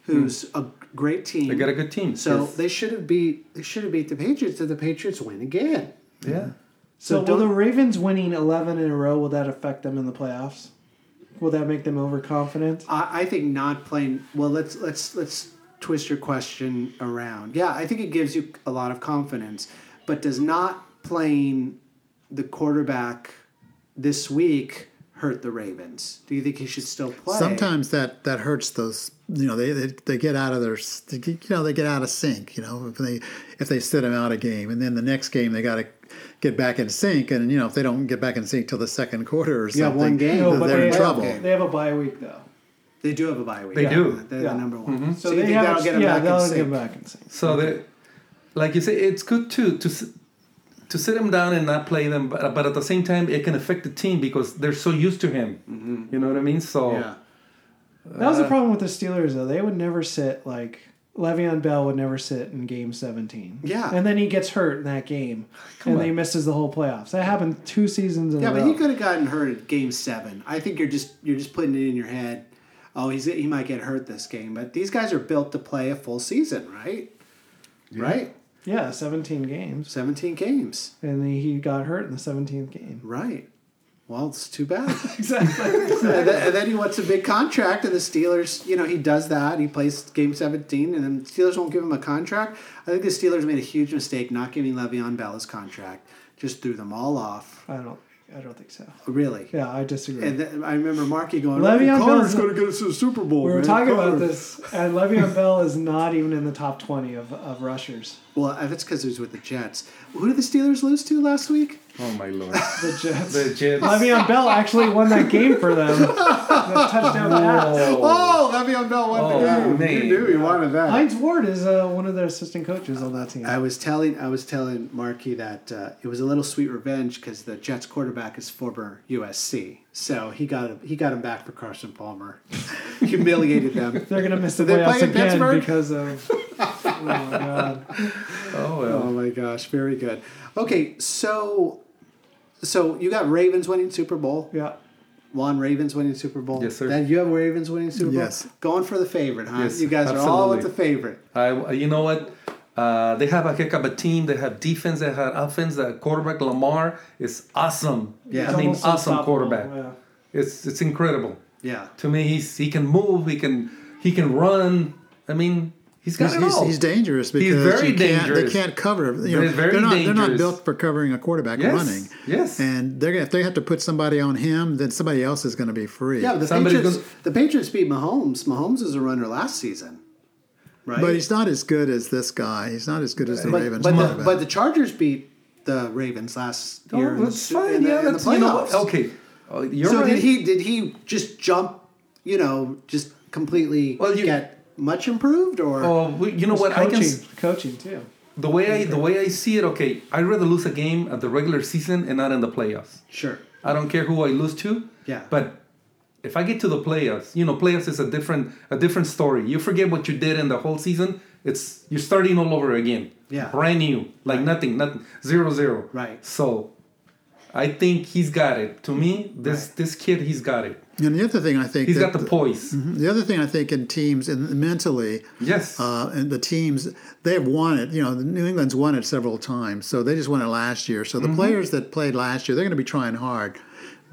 [SPEAKER 1] who's
[SPEAKER 4] Mm.
[SPEAKER 1] a great team.
[SPEAKER 3] They got a good team.
[SPEAKER 1] So
[SPEAKER 3] Yes.
[SPEAKER 1] they should have beat they should have beat the Patriots if the Patriots win again.
[SPEAKER 3] Yeah.
[SPEAKER 2] So,
[SPEAKER 1] So
[SPEAKER 2] will the
[SPEAKER 1] don't-
[SPEAKER 2] Ravens winning 11 in a row, will that affect them in the playoffs? Will that make them overconfident?
[SPEAKER 1] I, I think not playing well let's let's let's twist your question around. Yeah, I think it gives you a lot of confidence, but does not playing the quarterback this week hurt the Ravens? Do you think he should still play?
[SPEAKER 4] Sometimes that that hurts those. You know, they, they they get out of their. They, get- you know, they get out of sync. You know, if they if they sit them out a game, and then the next game they got to get back in sync, and you know if they don't get back in sync till the second quarter or
[SPEAKER 1] Yeah,
[SPEAKER 4] something,
[SPEAKER 1] one game.
[SPEAKER 4] then
[SPEAKER 1] No, but
[SPEAKER 4] they're in
[SPEAKER 2] have,
[SPEAKER 4] trouble.
[SPEAKER 2] Oh, They have a bye week, though.
[SPEAKER 1] They do have a bye week.
[SPEAKER 3] They Yeah. do.
[SPEAKER 1] They're
[SPEAKER 2] Yeah. Mm-hmm.
[SPEAKER 1] the number one. So,
[SPEAKER 2] So,
[SPEAKER 1] you
[SPEAKER 2] they
[SPEAKER 1] think
[SPEAKER 2] have,
[SPEAKER 1] that'll get them
[SPEAKER 2] yeah,
[SPEAKER 1] back in
[SPEAKER 2] that'll get
[SPEAKER 1] sync?
[SPEAKER 2] 'em back in sync.
[SPEAKER 3] So they, like you say, it's good to to s- to sit him down and not play them, but, but at the same time, it can affect the team because they're so used to him. You know what I mean? So
[SPEAKER 1] Yeah.
[SPEAKER 2] That
[SPEAKER 1] Uh,
[SPEAKER 2] was the problem with the Steelers, though. They would never sit like Le'Veon Bell would never sit in Game 17.
[SPEAKER 1] Yeah.
[SPEAKER 2] and then he gets hurt in that game, and they misses the whole playoffs. That happened two seasons in
[SPEAKER 1] Yeah,
[SPEAKER 2] a
[SPEAKER 1] but
[SPEAKER 2] row.
[SPEAKER 1] he could have gotten hurt at game seven. I think you're just you're just putting it in your head. Oh, he's he might get hurt this game, but these guys are built to play a full season, right? Right,
[SPEAKER 2] yeah, 17 games,
[SPEAKER 1] seventeen games.
[SPEAKER 2] and then he got hurt in the 17th game.
[SPEAKER 1] Right. Well, it's too bad.
[SPEAKER 2] Exactly.
[SPEAKER 1] and, then, and then he wants a big contract, and the Steelers, you know, he does that. He plays game 17, and then the Steelers won't give him a contract. I think the Steelers made a huge mistake not giving Le'Veon Bell his contract. Just threw them all off.
[SPEAKER 2] I don't. I don't think so.
[SPEAKER 1] Really.
[SPEAKER 2] Yeah, I disagree.
[SPEAKER 1] And then I remember Marky going,
[SPEAKER 2] Le'Veon
[SPEAKER 1] Le'Veon Connor's
[SPEAKER 2] Bell's-
[SPEAKER 1] going to get us to the Super Bowl.
[SPEAKER 2] we were
[SPEAKER 1] man.
[SPEAKER 2] talking
[SPEAKER 1] Connor."
[SPEAKER 2] about this, and Le'Veon Bell is not even in the top 20 of, of rushers.
[SPEAKER 1] Well, that's because he was with the Jets. Who did the Steelers lose to last week?
[SPEAKER 3] oh my lord,
[SPEAKER 2] The Jets.
[SPEAKER 3] the Jets.
[SPEAKER 2] Le'Veon Bell actually won that game for them. The touchdown pass.
[SPEAKER 1] Oh, Le'Veon Bell won
[SPEAKER 3] Oh,
[SPEAKER 1] the game.
[SPEAKER 3] man.
[SPEAKER 1] You knew you wanted that.
[SPEAKER 2] Heinz Ward is uh, one of the assistant coaches on that team.
[SPEAKER 1] I was telling I was telling Marky that uh, it was a little sweet revenge because the Jets quarterback is former USC, so he got he got him back for Carson Palmer, humiliated them.
[SPEAKER 2] They're gonna miss the
[SPEAKER 1] They
[SPEAKER 2] playoffs
[SPEAKER 1] play in
[SPEAKER 2] again
[SPEAKER 1] Pittsburgh?
[SPEAKER 2] because of. oh my god!
[SPEAKER 3] oh well.
[SPEAKER 1] Oh my gosh, very good. Okay, so so you got Ravens winning Super Bowl.
[SPEAKER 2] Yeah,
[SPEAKER 1] Juan Ravens winning Super Bowl.
[SPEAKER 3] Yes, sir.
[SPEAKER 1] Then you have Ravens winning Super Bowl.
[SPEAKER 4] Yes.
[SPEAKER 1] Going for the favorite, huh?
[SPEAKER 3] Yes,
[SPEAKER 1] you guys are all with
[SPEAKER 3] absolutely.
[SPEAKER 1] the favorite.
[SPEAKER 3] I, you know what? Uh, they have a heck of a team. They have defense. They have offense. The quarterback Lamar is awesome.
[SPEAKER 1] Yeah.
[SPEAKER 3] I mean,
[SPEAKER 2] Almost
[SPEAKER 3] awesome
[SPEAKER 2] unstoppable,
[SPEAKER 3] quarterback.
[SPEAKER 2] yeah.
[SPEAKER 3] It's it's incredible.
[SPEAKER 1] Yeah.
[SPEAKER 3] To me, he's he can move. He can he can run. I mean, he's got
[SPEAKER 4] He's,
[SPEAKER 3] it
[SPEAKER 4] he's,
[SPEAKER 3] all.
[SPEAKER 4] he's dangerous because
[SPEAKER 3] very
[SPEAKER 4] you can't,
[SPEAKER 3] dangerous.
[SPEAKER 4] they can't cover. You know,
[SPEAKER 3] They're very
[SPEAKER 4] they're not they're not
[SPEAKER 3] dangerous.
[SPEAKER 4] built for covering a quarterback
[SPEAKER 3] Yes,
[SPEAKER 4] running.
[SPEAKER 3] yes.
[SPEAKER 4] and they're gonna, if they have to put somebody on him, then somebody else is going to be free.
[SPEAKER 1] Yeah, but the
[SPEAKER 3] Somebody's
[SPEAKER 1] Patriots.
[SPEAKER 3] gonna-
[SPEAKER 1] The Patriots beat Mahomes. Mahomes was a runner last season, right?
[SPEAKER 4] but he's not as good as this guy. He's not as good as the
[SPEAKER 1] But-
[SPEAKER 4] Ravens.
[SPEAKER 1] But, the,
[SPEAKER 4] quarterback.
[SPEAKER 1] but the Chargers beat the Ravens last
[SPEAKER 3] Oh,
[SPEAKER 1] year. in the
[SPEAKER 3] that's
[SPEAKER 1] Su-
[SPEAKER 3] fine.
[SPEAKER 1] in the-
[SPEAKER 3] yeah,
[SPEAKER 1] in the
[SPEAKER 3] that's you know what?
[SPEAKER 1] playoffs.
[SPEAKER 3] Okay, Oh, you're
[SPEAKER 1] So
[SPEAKER 3] right.
[SPEAKER 1] did he? Did he just jump? You know, just completely
[SPEAKER 3] Well, you-
[SPEAKER 1] get much improved, or
[SPEAKER 3] Oh, we- you know what? I
[SPEAKER 2] coaching,
[SPEAKER 3] can s-
[SPEAKER 2] coaching too.
[SPEAKER 3] the way I the way I see it. Okay, I'd rather lose a game at the regular season and not in the playoffs.
[SPEAKER 1] sure?
[SPEAKER 3] I don't care who I lose to.
[SPEAKER 1] Yeah.
[SPEAKER 3] But if I get to the playoffs, you know, playoffs is a different a different story. You forget what you did in the whole season. It's you're starting all over again.
[SPEAKER 1] Yeah.
[SPEAKER 3] Brand new, like nothing, nothing, zero zero.
[SPEAKER 1] Right.
[SPEAKER 3] So, I think he's got it. To me, this this kid, he's got it.
[SPEAKER 4] and the other thing I think
[SPEAKER 3] He's
[SPEAKER 4] that
[SPEAKER 3] got the poise.
[SPEAKER 4] The Mm-hmm. other thing I think in teams and mentally,
[SPEAKER 3] Yes.
[SPEAKER 4] uh, and the teams they've won it. You know, New England's won
[SPEAKER 3] Mm-hmm.
[SPEAKER 4] it several times, so they just won it last year. So the players that played last year, they're going to be trying hard.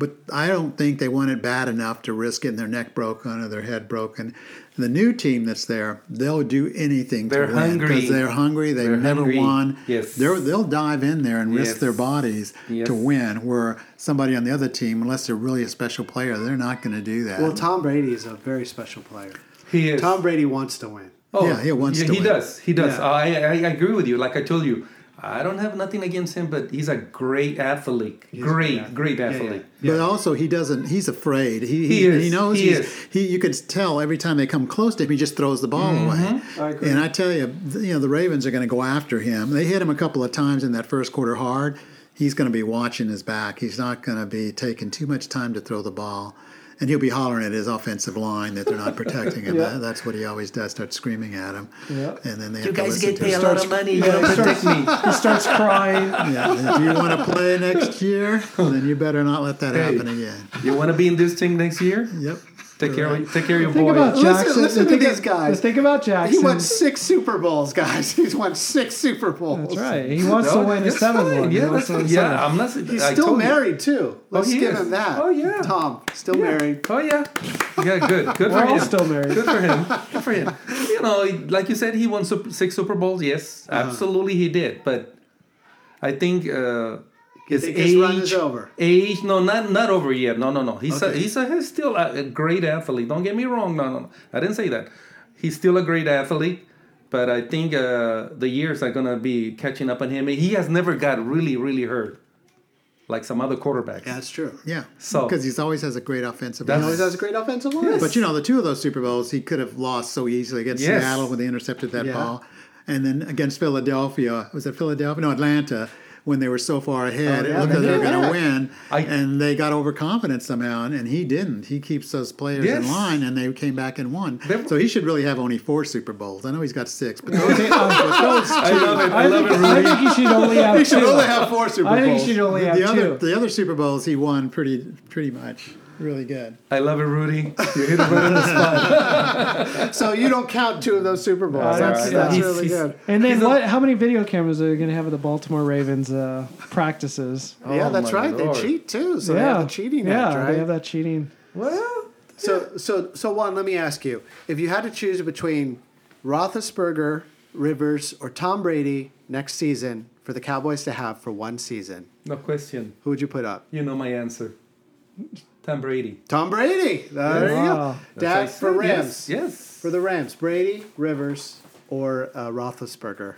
[SPEAKER 4] But I don't think they want it bad enough to risk getting their neck broken or their head broken. The new team that's there, they'll do anything
[SPEAKER 3] They're
[SPEAKER 4] to win
[SPEAKER 3] hungry.
[SPEAKER 4] because they're hungry. They've
[SPEAKER 3] They're
[SPEAKER 4] never
[SPEAKER 3] hungry.
[SPEAKER 4] won.
[SPEAKER 3] Yes.
[SPEAKER 4] They're, they'll dive in there and risk
[SPEAKER 3] Yes.
[SPEAKER 4] their bodies
[SPEAKER 3] Yes.
[SPEAKER 4] to win. Where somebody on the other team, unless they're really a special player, they're not going to do that.
[SPEAKER 1] Well, Tom Brady is a very special player.
[SPEAKER 3] He is.
[SPEAKER 1] Tom Brady wants to win.
[SPEAKER 3] Oh,
[SPEAKER 4] Yeah, he wants to
[SPEAKER 3] he
[SPEAKER 4] win.
[SPEAKER 3] does. He does.
[SPEAKER 1] Yeah.
[SPEAKER 3] I, I I agree with you. Like I told you, I don't have nothing against him, but he's a great athlete. great, great athlete.
[SPEAKER 4] But also, he doesn't. He's afraid. He he,
[SPEAKER 3] He is.
[SPEAKER 4] he knows
[SPEAKER 3] He
[SPEAKER 4] he's,
[SPEAKER 3] is.
[SPEAKER 4] he. You can tell every time they come close to him, he just throws the ball
[SPEAKER 3] Mm-hmm.
[SPEAKER 4] away.
[SPEAKER 1] I agree.
[SPEAKER 4] and I tell you, th- you know, the Ravens are going to go after him. They hit him a couple of times in that first quarter hard. He's going to be watching his back. He's not going to be taking too much time to throw the ball. And he'll be hollering at his offensive line that they're not protecting him. That- That's what he always does. Start screaming at him, and then they have to listen to him.
[SPEAKER 3] lot of money. You don't protect me.
[SPEAKER 2] He starts crying.
[SPEAKER 4] Yeah, if you want to play next year, then you better not let that happen again.
[SPEAKER 3] You want to be in this thing next year?
[SPEAKER 4] Yep.
[SPEAKER 3] Take care. Of, take care of your
[SPEAKER 2] Think
[SPEAKER 3] boy.
[SPEAKER 2] about Jackson.
[SPEAKER 1] listen to
[SPEAKER 2] think
[SPEAKER 1] these
[SPEAKER 2] of-
[SPEAKER 1] guys.
[SPEAKER 2] Let's think about
[SPEAKER 1] He
[SPEAKER 2] Jackson.
[SPEAKER 1] won six Super Bowls, guys. He's won six Super Bowls.
[SPEAKER 2] That's right. He wants to win a
[SPEAKER 3] that's
[SPEAKER 2] seven
[SPEAKER 3] fine.
[SPEAKER 2] one.
[SPEAKER 3] Yeah, that's fine. yeah. I'm not.
[SPEAKER 1] He's
[SPEAKER 3] I
[SPEAKER 1] still
[SPEAKER 3] told you. Oh,
[SPEAKER 1] married too. Let's
[SPEAKER 3] he
[SPEAKER 1] give
[SPEAKER 3] is.
[SPEAKER 1] him that.
[SPEAKER 3] Oh, yeah.
[SPEAKER 1] Tom still
[SPEAKER 3] Yeah.
[SPEAKER 1] married.
[SPEAKER 3] Oh yeah. Yeah. Good. Good for
[SPEAKER 2] We're all
[SPEAKER 3] him.
[SPEAKER 2] still married.
[SPEAKER 3] Good for him. Good for him. You know, like you said, he won sup- six Super Bowls. Yes, absolutely, he did. But I think uh, his
[SPEAKER 1] think
[SPEAKER 3] age
[SPEAKER 1] his run is over?
[SPEAKER 3] Age? No, not not over yet. No, no, no. He's a, he's, a, he's still a, a great athlete. Don't get me wrong. No, no, no. I didn't say that. He's still a great athlete. But I think uh, the years are gonna be catching up on him. He has never got really, really hurt, like some other quarterbacks.
[SPEAKER 1] That's true.
[SPEAKER 4] Yeah.
[SPEAKER 3] So-
[SPEAKER 4] because he's always has a great offensive
[SPEAKER 3] That's-
[SPEAKER 4] line.
[SPEAKER 1] He always has a great offensive line.
[SPEAKER 4] But you know, the two of those Super Bowls he could have lost so easily against
[SPEAKER 3] Yes.
[SPEAKER 4] Seattle when they intercepted that
[SPEAKER 1] Yeah.
[SPEAKER 4] ball, and then against Philadelphia was it Philadelphia? No, Atlanta when they were so far ahead,
[SPEAKER 1] Oh,
[SPEAKER 4] it
[SPEAKER 1] yeah,
[SPEAKER 4] looked like
[SPEAKER 1] they
[SPEAKER 4] they were
[SPEAKER 1] did.
[SPEAKER 4] going to win,
[SPEAKER 3] I-
[SPEAKER 4] and they got overconfident somehow, and, and he didn't. He keeps those players
[SPEAKER 3] Yes.
[SPEAKER 4] in line, and they came back and won.
[SPEAKER 3] They-
[SPEAKER 4] so he should really have only four Super Bowls. I know he's got six, but those, but those
[SPEAKER 3] I love it. I, love it,
[SPEAKER 2] um, I
[SPEAKER 3] Rudy.
[SPEAKER 2] think he should only
[SPEAKER 4] he
[SPEAKER 2] have
[SPEAKER 4] should
[SPEAKER 2] two.
[SPEAKER 4] only have four Super Bowls.
[SPEAKER 2] I think he should only have
[SPEAKER 4] the other
[SPEAKER 2] two.
[SPEAKER 4] the other Super Bowls he won pretty pretty much really good.
[SPEAKER 3] I love it, Rudy. You hit it right on the spot.
[SPEAKER 1] so you don't count two of those Super Bowls.
[SPEAKER 2] Uh,
[SPEAKER 1] that's
[SPEAKER 2] yeah.
[SPEAKER 1] that's
[SPEAKER 2] He's-
[SPEAKER 1] really
[SPEAKER 3] he's-
[SPEAKER 1] good.
[SPEAKER 2] And then
[SPEAKER 3] He's a-
[SPEAKER 2] what? How many video cameras are they going to have at the Baltimore Ravens uh, practices?
[SPEAKER 1] yeah,
[SPEAKER 3] Oh
[SPEAKER 1] that's
[SPEAKER 3] my
[SPEAKER 1] right.
[SPEAKER 3] Lord.
[SPEAKER 1] They cheat too. So
[SPEAKER 2] yeah,
[SPEAKER 1] they have the cheating
[SPEAKER 2] Yeah,
[SPEAKER 1] act, right?
[SPEAKER 2] they have that cheating.
[SPEAKER 3] Well,
[SPEAKER 1] So so so Juan, let me ask you: If you had to choose between Roethlisberger, Rivers, or Tom Brady next season for the Cowboys to have for one season,
[SPEAKER 3] no question.
[SPEAKER 1] who would you put up?
[SPEAKER 3] You know my answer. Tom Brady.
[SPEAKER 1] Tom Brady. There
[SPEAKER 2] Wow.
[SPEAKER 1] you go. Dak
[SPEAKER 3] That's what
[SPEAKER 1] for
[SPEAKER 3] I said.
[SPEAKER 1] Rams.
[SPEAKER 3] Yes. yes.
[SPEAKER 1] For the Rams, Brady, Rivers, or uh, Roethlisberger.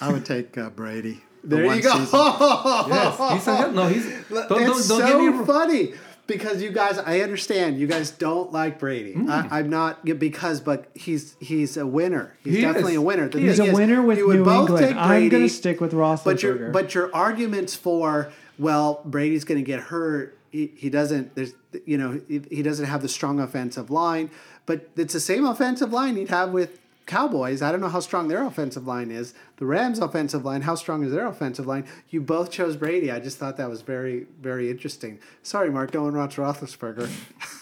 [SPEAKER 4] I would take uh, Brady. for
[SPEAKER 1] There
[SPEAKER 4] one
[SPEAKER 1] you go.
[SPEAKER 4] season.
[SPEAKER 3] Yes. He's a, no, he's. Don't, don't, don't
[SPEAKER 1] it's
[SPEAKER 3] get me
[SPEAKER 1] so
[SPEAKER 3] wrong.
[SPEAKER 1] funny because you guys, I understand you guys don't like Brady. I, I'm not yeah, because, but he's he's a winner. He's
[SPEAKER 3] He
[SPEAKER 1] definitely
[SPEAKER 3] is.
[SPEAKER 1] a winner. The
[SPEAKER 3] He
[SPEAKER 2] He's
[SPEAKER 1] thing
[SPEAKER 2] a
[SPEAKER 1] is,
[SPEAKER 2] winner with
[SPEAKER 1] you would
[SPEAKER 2] New
[SPEAKER 1] both
[SPEAKER 2] England.
[SPEAKER 1] take
[SPEAKER 2] I'm going
[SPEAKER 1] Brady,
[SPEAKER 2] to stick with Roethlisberger.
[SPEAKER 1] But your but your arguments for well, Brady's going to get hurt. He, he doesn't. There's you know he, he doesn't have the strong offensive line. But it's the same offensive line he'd have with Cowboys. I don't know how strong their offensive line is. The Rams' offensive line. How strong is their offensive line? You both chose Brady. I just thought that was very very interesting. Sorry, Mark. No one wants Roethlisberger.
[SPEAKER 2] I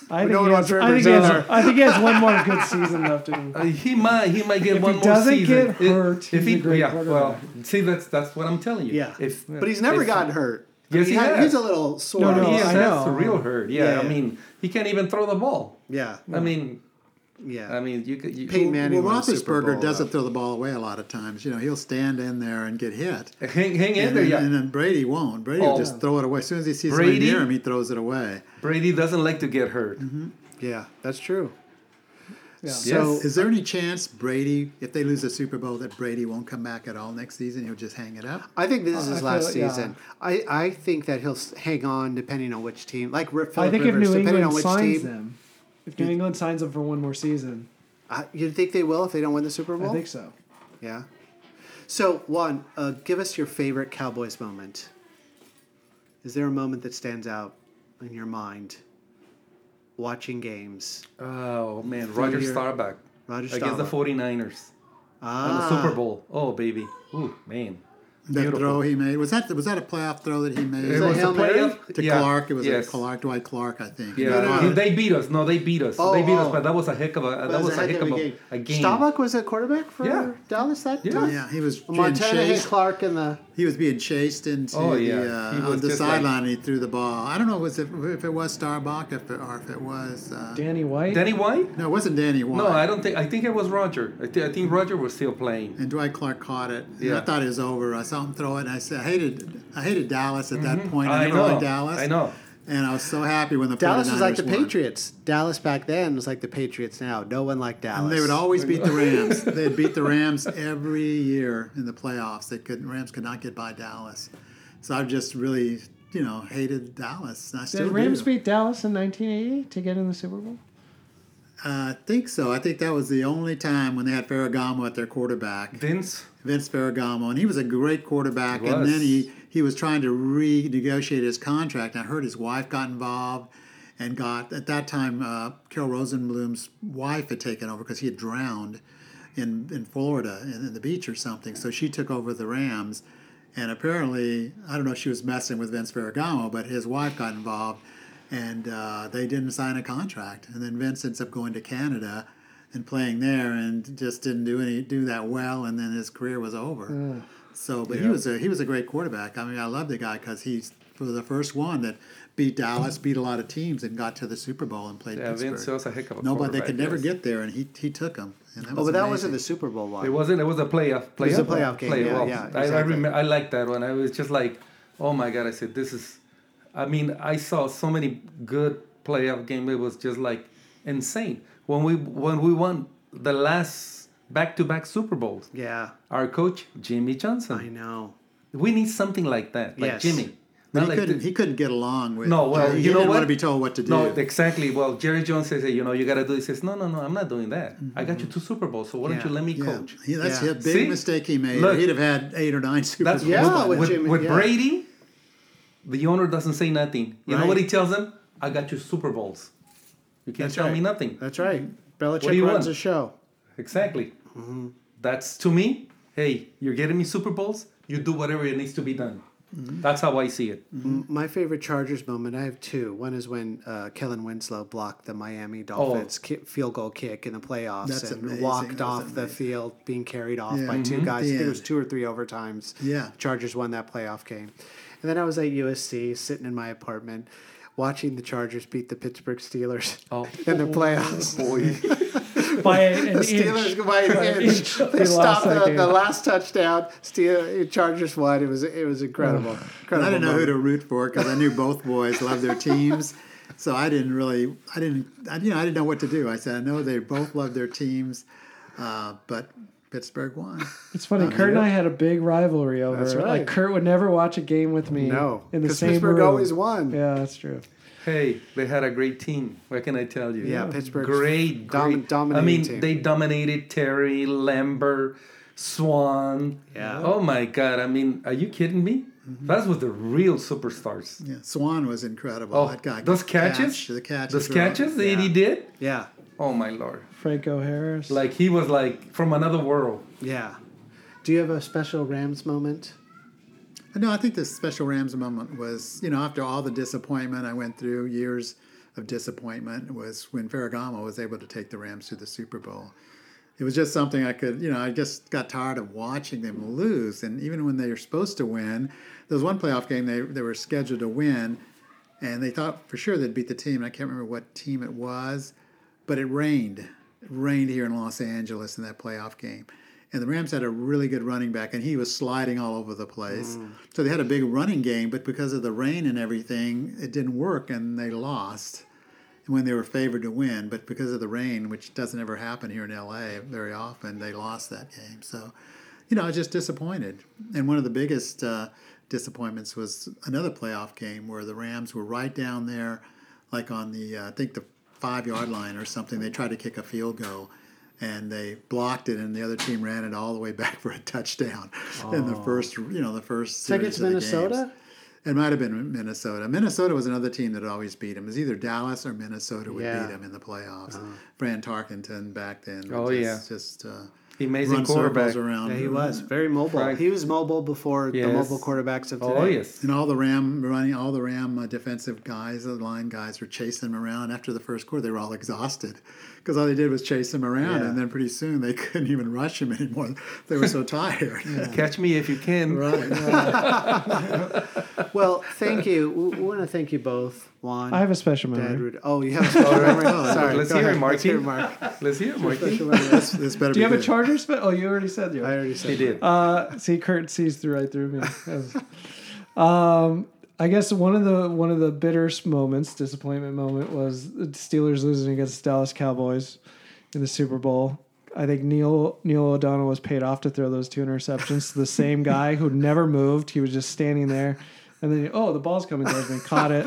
[SPEAKER 1] but
[SPEAKER 2] think,
[SPEAKER 1] no one
[SPEAKER 2] he
[SPEAKER 1] wants
[SPEAKER 2] has, I,
[SPEAKER 1] Rivers
[SPEAKER 2] think he has,
[SPEAKER 1] either.
[SPEAKER 2] I think he has one more good season left in him.
[SPEAKER 3] Uh, he might. He might get
[SPEAKER 2] If
[SPEAKER 3] one
[SPEAKER 2] he
[SPEAKER 3] more
[SPEAKER 2] doesn't
[SPEAKER 3] season.
[SPEAKER 2] get
[SPEAKER 3] If-
[SPEAKER 2] hurt,
[SPEAKER 3] if
[SPEAKER 2] he's
[SPEAKER 3] he,
[SPEAKER 2] a great
[SPEAKER 3] yeah. Well,
[SPEAKER 2] quarterback.
[SPEAKER 3] see, that's that's what I'm telling you.
[SPEAKER 1] Yeah.
[SPEAKER 3] If
[SPEAKER 1] but he's never
[SPEAKER 3] if-
[SPEAKER 1] gotten hurt.
[SPEAKER 3] Yes, he
[SPEAKER 1] had-
[SPEAKER 3] has.
[SPEAKER 1] He's a little sore.
[SPEAKER 2] No, no,
[SPEAKER 3] He
[SPEAKER 2] Oh,
[SPEAKER 3] is,
[SPEAKER 2] I
[SPEAKER 3] that's
[SPEAKER 2] know.
[SPEAKER 3] real hurt. Yeah,
[SPEAKER 1] Yeah,
[SPEAKER 3] I
[SPEAKER 1] yeah.
[SPEAKER 3] mean, he can't even throw the ball.
[SPEAKER 1] Yeah.
[SPEAKER 3] I mean,
[SPEAKER 1] Yeah.
[SPEAKER 3] I mean, you could. You,
[SPEAKER 1] Peyton Manning.
[SPEAKER 4] well,
[SPEAKER 1] won a Super
[SPEAKER 4] Roethlisberger
[SPEAKER 1] Bowl,
[SPEAKER 3] uh,
[SPEAKER 4] doesn't
[SPEAKER 1] though.
[SPEAKER 4] throw the ball away a lot of times. You know, he'll stand in there and get hit.
[SPEAKER 3] Hang, hang in
[SPEAKER 4] And,
[SPEAKER 3] there.
[SPEAKER 4] then-
[SPEAKER 3] Yeah.
[SPEAKER 1] Mm-hmm.
[SPEAKER 4] and then Brady won't. Brady
[SPEAKER 3] Oh.
[SPEAKER 4] will just throw it away. As soon as he sees somebody
[SPEAKER 3] Brady-
[SPEAKER 4] near him, he throws it away.
[SPEAKER 3] Brady doesn't like to get hurt.
[SPEAKER 2] Mm-hmm.
[SPEAKER 1] Yeah, that's true.
[SPEAKER 3] Yes.
[SPEAKER 4] Is there any chance Brady, if they lose the Super Bowl, that Brady won't come back at all next season? He'll just hang it up?
[SPEAKER 1] I think this is his
[SPEAKER 2] I
[SPEAKER 1] last
[SPEAKER 2] feel- yeah.
[SPEAKER 1] season. I, I think that he'll s- hang on depending on which team. Like Rip
[SPEAKER 2] I
[SPEAKER 1] Philip
[SPEAKER 2] think if
[SPEAKER 1] Rivers,
[SPEAKER 2] New
[SPEAKER 1] depending on
[SPEAKER 2] England
[SPEAKER 1] which team.
[SPEAKER 2] signs them, if New England signs them for one more season,
[SPEAKER 1] I, you think they will if they don't win the Super Bowl?
[SPEAKER 2] I think so.
[SPEAKER 1] Yeah. So Juan, uh, give us your favorite Cowboys moment. Is there a moment that stands out in your mind? Watching games,
[SPEAKER 3] Oh man, Roger
[SPEAKER 1] year.
[SPEAKER 3] Starbuck
[SPEAKER 1] Roger
[SPEAKER 3] against the
[SPEAKER 1] Staubach.
[SPEAKER 3] 49ers. on
[SPEAKER 1] Ah,
[SPEAKER 3] the Super Bowl. Oh baby. Ooh man.
[SPEAKER 4] That
[SPEAKER 3] Beautiful.
[SPEAKER 4] throw he made was that was that a playoff throw that he made
[SPEAKER 3] It
[SPEAKER 5] that
[SPEAKER 3] was
[SPEAKER 5] Hail
[SPEAKER 3] a
[SPEAKER 5] Mary?
[SPEAKER 3] playoff
[SPEAKER 4] to
[SPEAKER 3] yeah.
[SPEAKER 4] Clark? It was
[SPEAKER 3] yes.
[SPEAKER 4] a Clark Dwight Clark, I think.
[SPEAKER 3] Yeah,
[SPEAKER 5] No, no,
[SPEAKER 3] he-
[SPEAKER 5] no.
[SPEAKER 3] they beat us. No, they beat us.
[SPEAKER 5] Oh,
[SPEAKER 3] they beat us,
[SPEAKER 5] oh.
[SPEAKER 3] but that was a heck of a that was, a heck of a game. A game.
[SPEAKER 5] Staubach was a quarterback for
[SPEAKER 3] Yeah.
[SPEAKER 5] Dallas that
[SPEAKER 3] Yeah.
[SPEAKER 5] time.
[SPEAKER 4] yeah. He was being
[SPEAKER 5] Montana Hay
[SPEAKER 4] chased.
[SPEAKER 5] Clark and the
[SPEAKER 4] He was being chased into
[SPEAKER 3] Oh, yeah.
[SPEAKER 4] the,
[SPEAKER 3] He
[SPEAKER 4] uh,
[SPEAKER 3] was
[SPEAKER 4] on the
[SPEAKER 3] just like-
[SPEAKER 4] sideline. and he threw the ball. I don't know was if, if it was Starbuck if it, or if it was. Uh,
[SPEAKER 2] Danny White.
[SPEAKER 3] Danny White?
[SPEAKER 4] no, it wasn't Danny White.
[SPEAKER 3] No, I don't think. I think it was Roger. I, thi- I think Roger was still playing.
[SPEAKER 4] and Dwight Clark caught it. And
[SPEAKER 3] Yeah.
[SPEAKER 4] I thought it was over. I saw him throw it, and I said, I hated, I hated Dallas at that point. I,
[SPEAKER 3] Mm-hmm. I
[SPEAKER 4] never
[SPEAKER 3] know.
[SPEAKER 4] liked Dallas.
[SPEAKER 3] I know.
[SPEAKER 4] And I was so happy when the
[SPEAKER 5] Dallas was like
[SPEAKER 4] 49ers
[SPEAKER 5] the
[SPEAKER 4] won.
[SPEAKER 5] Patriots. Dallas back then was like the Patriots now. No one liked Dallas.
[SPEAKER 4] And they would always beat the Rams. They'd beat the Rams every year in the playoffs. They could Rams could not get by Dallas. So I've just really, you know, hated Dallas. And I still
[SPEAKER 2] Did Rams
[SPEAKER 4] do.
[SPEAKER 2] beat Dallas in 1980 to get in the Super Bowl?
[SPEAKER 4] Uh, I think so. I think that was the only time when they had Ferragamo at their quarterback,
[SPEAKER 3] Vince.
[SPEAKER 4] Vince Ferragamo, and he was a great quarterback.
[SPEAKER 3] He
[SPEAKER 4] And
[SPEAKER 3] was.
[SPEAKER 4] then he he was trying to renegotiate his contract. And I heard his wife got involved. And got at that time, uh, Carol Rosenblum's wife had taken over because he had drowned in in Florida in, in the beach or something. So she took over the Rams, and apparently, I don't know if she was messing with Vince Ferragamo, but his wife got involved, and uh, they didn't sign a contract. And then Vince ends up going to Canada and playing there, and just didn't do any do that well. And then his career was over. So, but he was a he was a great quarterback. I mean, I love the guy because he's was the first one that beat Dallas, beat a lot of teams, and got to the Super Bowl and played
[SPEAKER 3] Yeah,
[SPEAKER 4] Pittsburgh.
[SPEAKER 3] Vince was a heck of a
[SPEAKER 4] no, but they
[SPEAKER 3] quarterback,
[SPEAKER 4] could never
[SPEAKER 3] yes.
[SPEAKER 4] get there, and he he took them. And that
[SPEAKER 5] Oh,
[SPEAKER 4] was
[SPEAKER 5] but that
[SPEAKER 4] amazing.
[SPEAKER 5] wasn't the Super Bowl one.
[SPEAKER 3] It wasn't. It was a playoff. Playoff.
[SPEAKER 5] was a playoff game, yeah, yeah,
[SPEAKER 3] I, I
[SPEAKER 5] exactly.
[SPEAKER 3] remember. I liked that one. I was just like, oh my god! I said, this is. I mean, I saw so many good playoff games. It was just like insane. When we when we won the last back to back Super Bowls,
[SPEAKER 5] Yeah,
[SPEAKER 3] our coach Jimmy
[SPEAKER 5] I
[SPEAKER 3] Johnson.
[SPEAKER 5] know.
[SPEAKER 3] We need something like that, like
[SPEAKER 5] Yes.
[SPEAKER 3] Jimmy.
[SPEAKER 4] But
[SPEAKER 3] Not
[SPEAKER 4] he
[SPEAKER 3] like
[SPEAKER 4] couldn't.
[SPEAKER 3] the-
[SPEAKER 4] he couldn't get along with.
[SPEAKER 3] no, well,
[SPEAKER 4] he
[SPEAKER 3] you know
[SPEAKER 4] didn't
[SPEAKER 3] what?
[SPEAKER 4] want to be told what to do.
[SPEAKER 3] No, exactly. Well, Jerry Jones says, you know, you got to do. He says, no, no, no, I'm not doing that. I got you two Super Bowls, so why don't
[SPEAKER 5] Yeah.
[SPEAKER 3] you let me
[SPEAKER 4] Mm-hmm. yeah.
[SPEAKER 3] coach?
[SPEAKER 4] He- that's
[SPEAKER 5] Yeah.
[SPEAKER 4] a big
[SPEAKER 3] See?
[SPEAKER 4] mistake he made.
[SPEAKER 3] Look.
[SPEAKER 4] He'd have had eight or nine Super
[SPEAKER 3] That's
[SPEAKER 4] Bowls.
[SPEAKER 5] Yeah,
[SPEAKER 3] yeah,
[SPEAKER 5] with
[SPEAKER 3] with, with,
[SPEAKER 5] Jimmy, yeah.
[SPEAKER 3] Brady, the owner doesn't say nothing. You know what he tells them? I got you Super Bowls. You can't
[SPEAKER 5] That's
[SPEAKER 3] tell me
[SPEAKER 5] right.
[SPEAKER 3] nothing.
[SPEAKER 5] That's right. Belichick
[SPEAKER 3] What do
[SPEAKER 5] runs
[SPEAKER 3] you want?
[SPEAKER 5] a show.
[SPEAKER 3] Exactly.
[SPEAKER 5] Mm-hmm.
[SPEAKER 3] That's to me. Hey, you're getting me Super Bowls. You do whatever it needs to be done.
[SPEAKER 5] Mm-hmm.
[SPEAKER 3] That's how I see it.
[SPEAKER 5] M- My favorite Chargers moment, I have two. One is when uh, Kellen Winslow blocked the Miami
[SPEAKER 3] Oh.
[SPEAKER 5] Dolphins ki- field goal kick in the playoffs
[SPEAKER 4] That's
[SPEAKER 5] and
[SPEAKER 4] amazing.
[SPEAKER 5] walked
[SPEAKER 4] That's
[SPEAKER 5] off the
[SPEAKER 4] amazing.
[SPEAKER 5] field, being carried off
[SPEAKER 4] Yeah.
[SPEAKER 5] by two
[SPEAKER 3] Mm-hmm.
[SPEAKER 5] guys. I think it was
[SPEAKER 4] Yeah.
[SPEAKER 5] two or three overtimes.
[SPEAKER 4] Yeah.
[SPEAKER 5] Chargers won that playoff game. And then I was at USC sitting in my apartment watching the Chargers beat the Pittsburgh Steelers
[SPEAKER 3] Oh.
[SPEAKER 5] in the playoffs.
[SPEAKER 2] By an
[SPEAKER 5] The
[SPEAKER 2] inch.
[SPEAKER 5] Steelers by an inch.
[SPEAKER 2] inch.
[SPEAKER 5] They,
[SPEAKER 2] They lost
[SPEAKER 5] stopped
[SPEAKER 2] that
[SPEAKER 5] the,
[SPEAKER 2] game.
[SPEAKER 5] the last touchdown. Steel Chargers won. It was it was incredible. incredible
[SPEAKER 4] I didn't know who
[SPEAKER 5] moment.
[SPEAKER 4] to root for because I knew both boys loved their teams. So I didn't really, I didn't, I, you know, I didn't know what to do. I said, I know they both love their teams, uh, but Pittsburgh won.
[SPEAKER 2] It's funny. Kurt and I had a big rivalry over.
[SPEAKER 5] That's
[SPEAKER 2] it.
[SPEAKER 5] right.
[SPEAKER 2] Like Kurt would never watch a game with me.
[SPEAKER 5] No,
[SPEAKER 2] in the
[SPEAKER 5] 'cause
[SPEAKER 2] same
[SPEAKER 5] Pittsburgh
[SPEAKER 2] room.
[SPEAKER 5] always won.
[SPEAKER 2] Yeah, that's true.
[SPEAKER 3] Hey, they had a great team. What can I tell you?
[SPEAKER 5] Yeah, Pittsburgh's
[SPEAKER 3] Great,
[SPEAKER 5] dom-
[SPEAKER 3] great.
[SPEAKER 5] dominating
[SPEAKER 3] I mean,
[SPEAKER 5] team.
[SPEAKER 3] they dominated Terry, Lambert, Swan.
[SPEAKER 5] Yeah.
[SPEAKER 3] Oh my God. I mean, are you kidding me? That was the real superstars.
[SPEAKER 4] Yeah, Swan was incredible.
[SPEAKER 3] Oh,
[SPEAKER 4] that guy,
[SPEAKER 3] those
[SPEAKER 4] catch,
[SPEAKER 3] catches?
[SPEAKER 4] the catches,
[SPEAKER 3] Those
[SPEAKER 4] were-
[SPEAKER 3] catches that he did.
[SPEAKER 5] Yeah,
[SPEAKER 3] Oh my Lord.
[SPEAKER 2] Franco Harris.
[SPEAKER 3] Like he was like from another world.
[SPEAKER 5] yeah. Do you have a special Rams moment?
[SPEAKER 4] No, I think this special Rams moment was, you know, after all the disappointment I went through, years of disappointment, was when Ferragamo was able to take the Rams to the Super Bowl. It was just something I could, you know, I just got tired of watching them lose. And even when they were supposed to win, there was one playoff game they, they were scheduled to win, and they thought for sure they'd beat the team. And I can't remember what team it was, but it rained. It rained here in Los Angeles in that playoff game. And the Rams had a really good running back, and he was sliding all over the place. So they had a big running game, but because of the rain and everything, it didn't work, and they lost when they were favored to win. But because of the rain, which doesn't ever happen here in LA very often, they lost that game. So, you know, I was just disappointed. And one of the biggest uh, disappointments was another playoff game where the Rams were right down there, like on the, uh, I think the five yard line or something. They tried to kick a field goal. And they blocked it, and the other team ran it all the way back for a touchdown in the first, you know, the first.
[SPEAKER 5] I think
[SPEAKER 4] series
[SPEAKER 5] it's
[SPEAKER 4] of the games.
[SPEAKER 5] Minnesota.
[SPEAKER 4] It might have been Minnesota. Minnesota was another team that always beat him. It was either Dallas or Minnesota would
[SPEAKER 5] Yeah.
[SPEAKER 4] beat him in the playoffs. Fran Tarkenton back then.
[SPEAKER 3] Oh,
[SPEAKER 4] just,
[SPEAKER 3] yeah.
[SPEAKER 4] Just uh,
[SPEAKER 3] Amazing
[SPEAKER 4] run
[SPEAKER 3] quarterback.
[SPEAKER 4] circles around.
[SPEAKER 1] Yeah, he was very mobile.
[SPEAKER 3] Frank-
[SPEAKER 1] He was mobile before the
[SPEAKER 3] Yes.
[SPEAKER 1] mobile quarterbacks of today.
[SPEAKER 3] Oh yes.
[SPEAKER 4] And all the Ram running, all the Ram uh, defensive guys, the line guys, were chasing him around. After the first quarter, they were all exhausted because all they did was chase him around,
[SPEAKER 1] Yeah.
[SPEAKER 4] and then pretty soon they couldn't even rush him anymore. They were so tired.
[SPEAKER 3] Catch me if you can.
[SPEAKER 4] Right.
[SPEAKER 1] Well, thank you. We, want to thank you both, Juan.
[SPEAKER 2] I have a special
[SPEAKER 1] Dad,
[SPEAKER 2] memory.
[SPEAKER 1] Rudy. Oh, you have a special memory. Sorry.
[SPEAKER 3] Let's
[SPEAKER 1] go
[SPEAKER 3] hear
[SPEAKER 1] ahead.
[SPEAKER 3] it,
[SPEAKER 1] Let's hear it,
[SPEAKER 3] Marky.
[SPEAKER 1] Mark.
[SPEAKER 3] Let's hear, Mikey.
[SPEAKER 4] Special memory. this, this better
[SPEAKER 2] Do you
[SPEAKER 4] be
[SPEAKER 2] have a
[SPEAKER 4] good.
[SPEAKER 2] Chargers? Spe- oh, you already said you.
[SPEAKER 1] I already said
[SPEAKER 3] He did.
[SPEAKER 2] Uh, see, Kurt sees through right through me. That was- um, I guess one of the one of the bitter moments, disappointment moment, was the Steelers losing against the Dallas Cowboys in the Super Bowl. I think Neil Neil O'Donnell was paid off to throw those two interceptions to the same guy who never moved. He was just standing there, and then oh, the ball's coming towards me, caught it.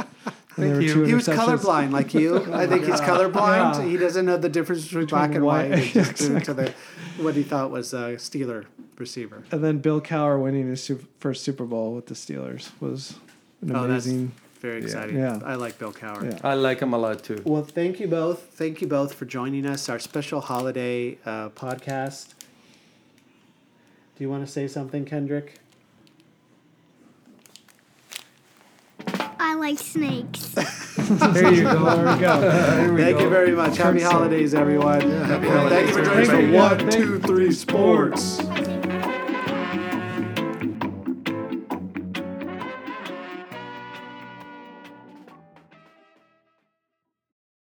[SPEAKER 2] And there were
[SPEAKER 3] you.
[SPEAKER 2] two
[SPEAKER 1] He was
[SPEAKER 2] interceptions.
[SPEAKER 1] colorblind, like you. I think he's colorblind.
[SPEAKER 2] Yeah.
[SPEAKER 1] He doesn't know the difference between black and white.
[SPEAKER 2] white.
[SPEAKER 1] He just threw it to the what he thought was a Steeler receiver.
[SPEAKER 2] And then Bill Cowher winning his su- first Super Bowl with the Steelers was an
[SPEAKER 1] Oh, that's
[SPEAKER 2] amazing.
[SPEAKER 1] very exciting.
[SPEAKER 2] Yeah.
[SPEAKER 1] I like Bill Cowher.
[SPEAKER 2] Yeah.
[SPEAKER 3] I like him a lot too.
[SPEAKER 1] Well, thank you both. Thank you both for joining us, our special holiday uh, podcast. Do you want to say something, Kendrick?
[SPEAKER 6] I like snakes.
[SPEAKER 3] There you go.
[SPEAKER 2] there we go.
[SPEAKER 1] Thank you very much. Happy holidays, everyone. Happy holidays. Thank you for joining us.
[SPEAKER 2] Thank
[SPEAKER 1] for
[SPEAKER 2] you.
[SPEAKER 1] One,
[SPEAKER 2] Thank
[SPEAKER 1] two, three, sports.
[SPEAKER 6] I think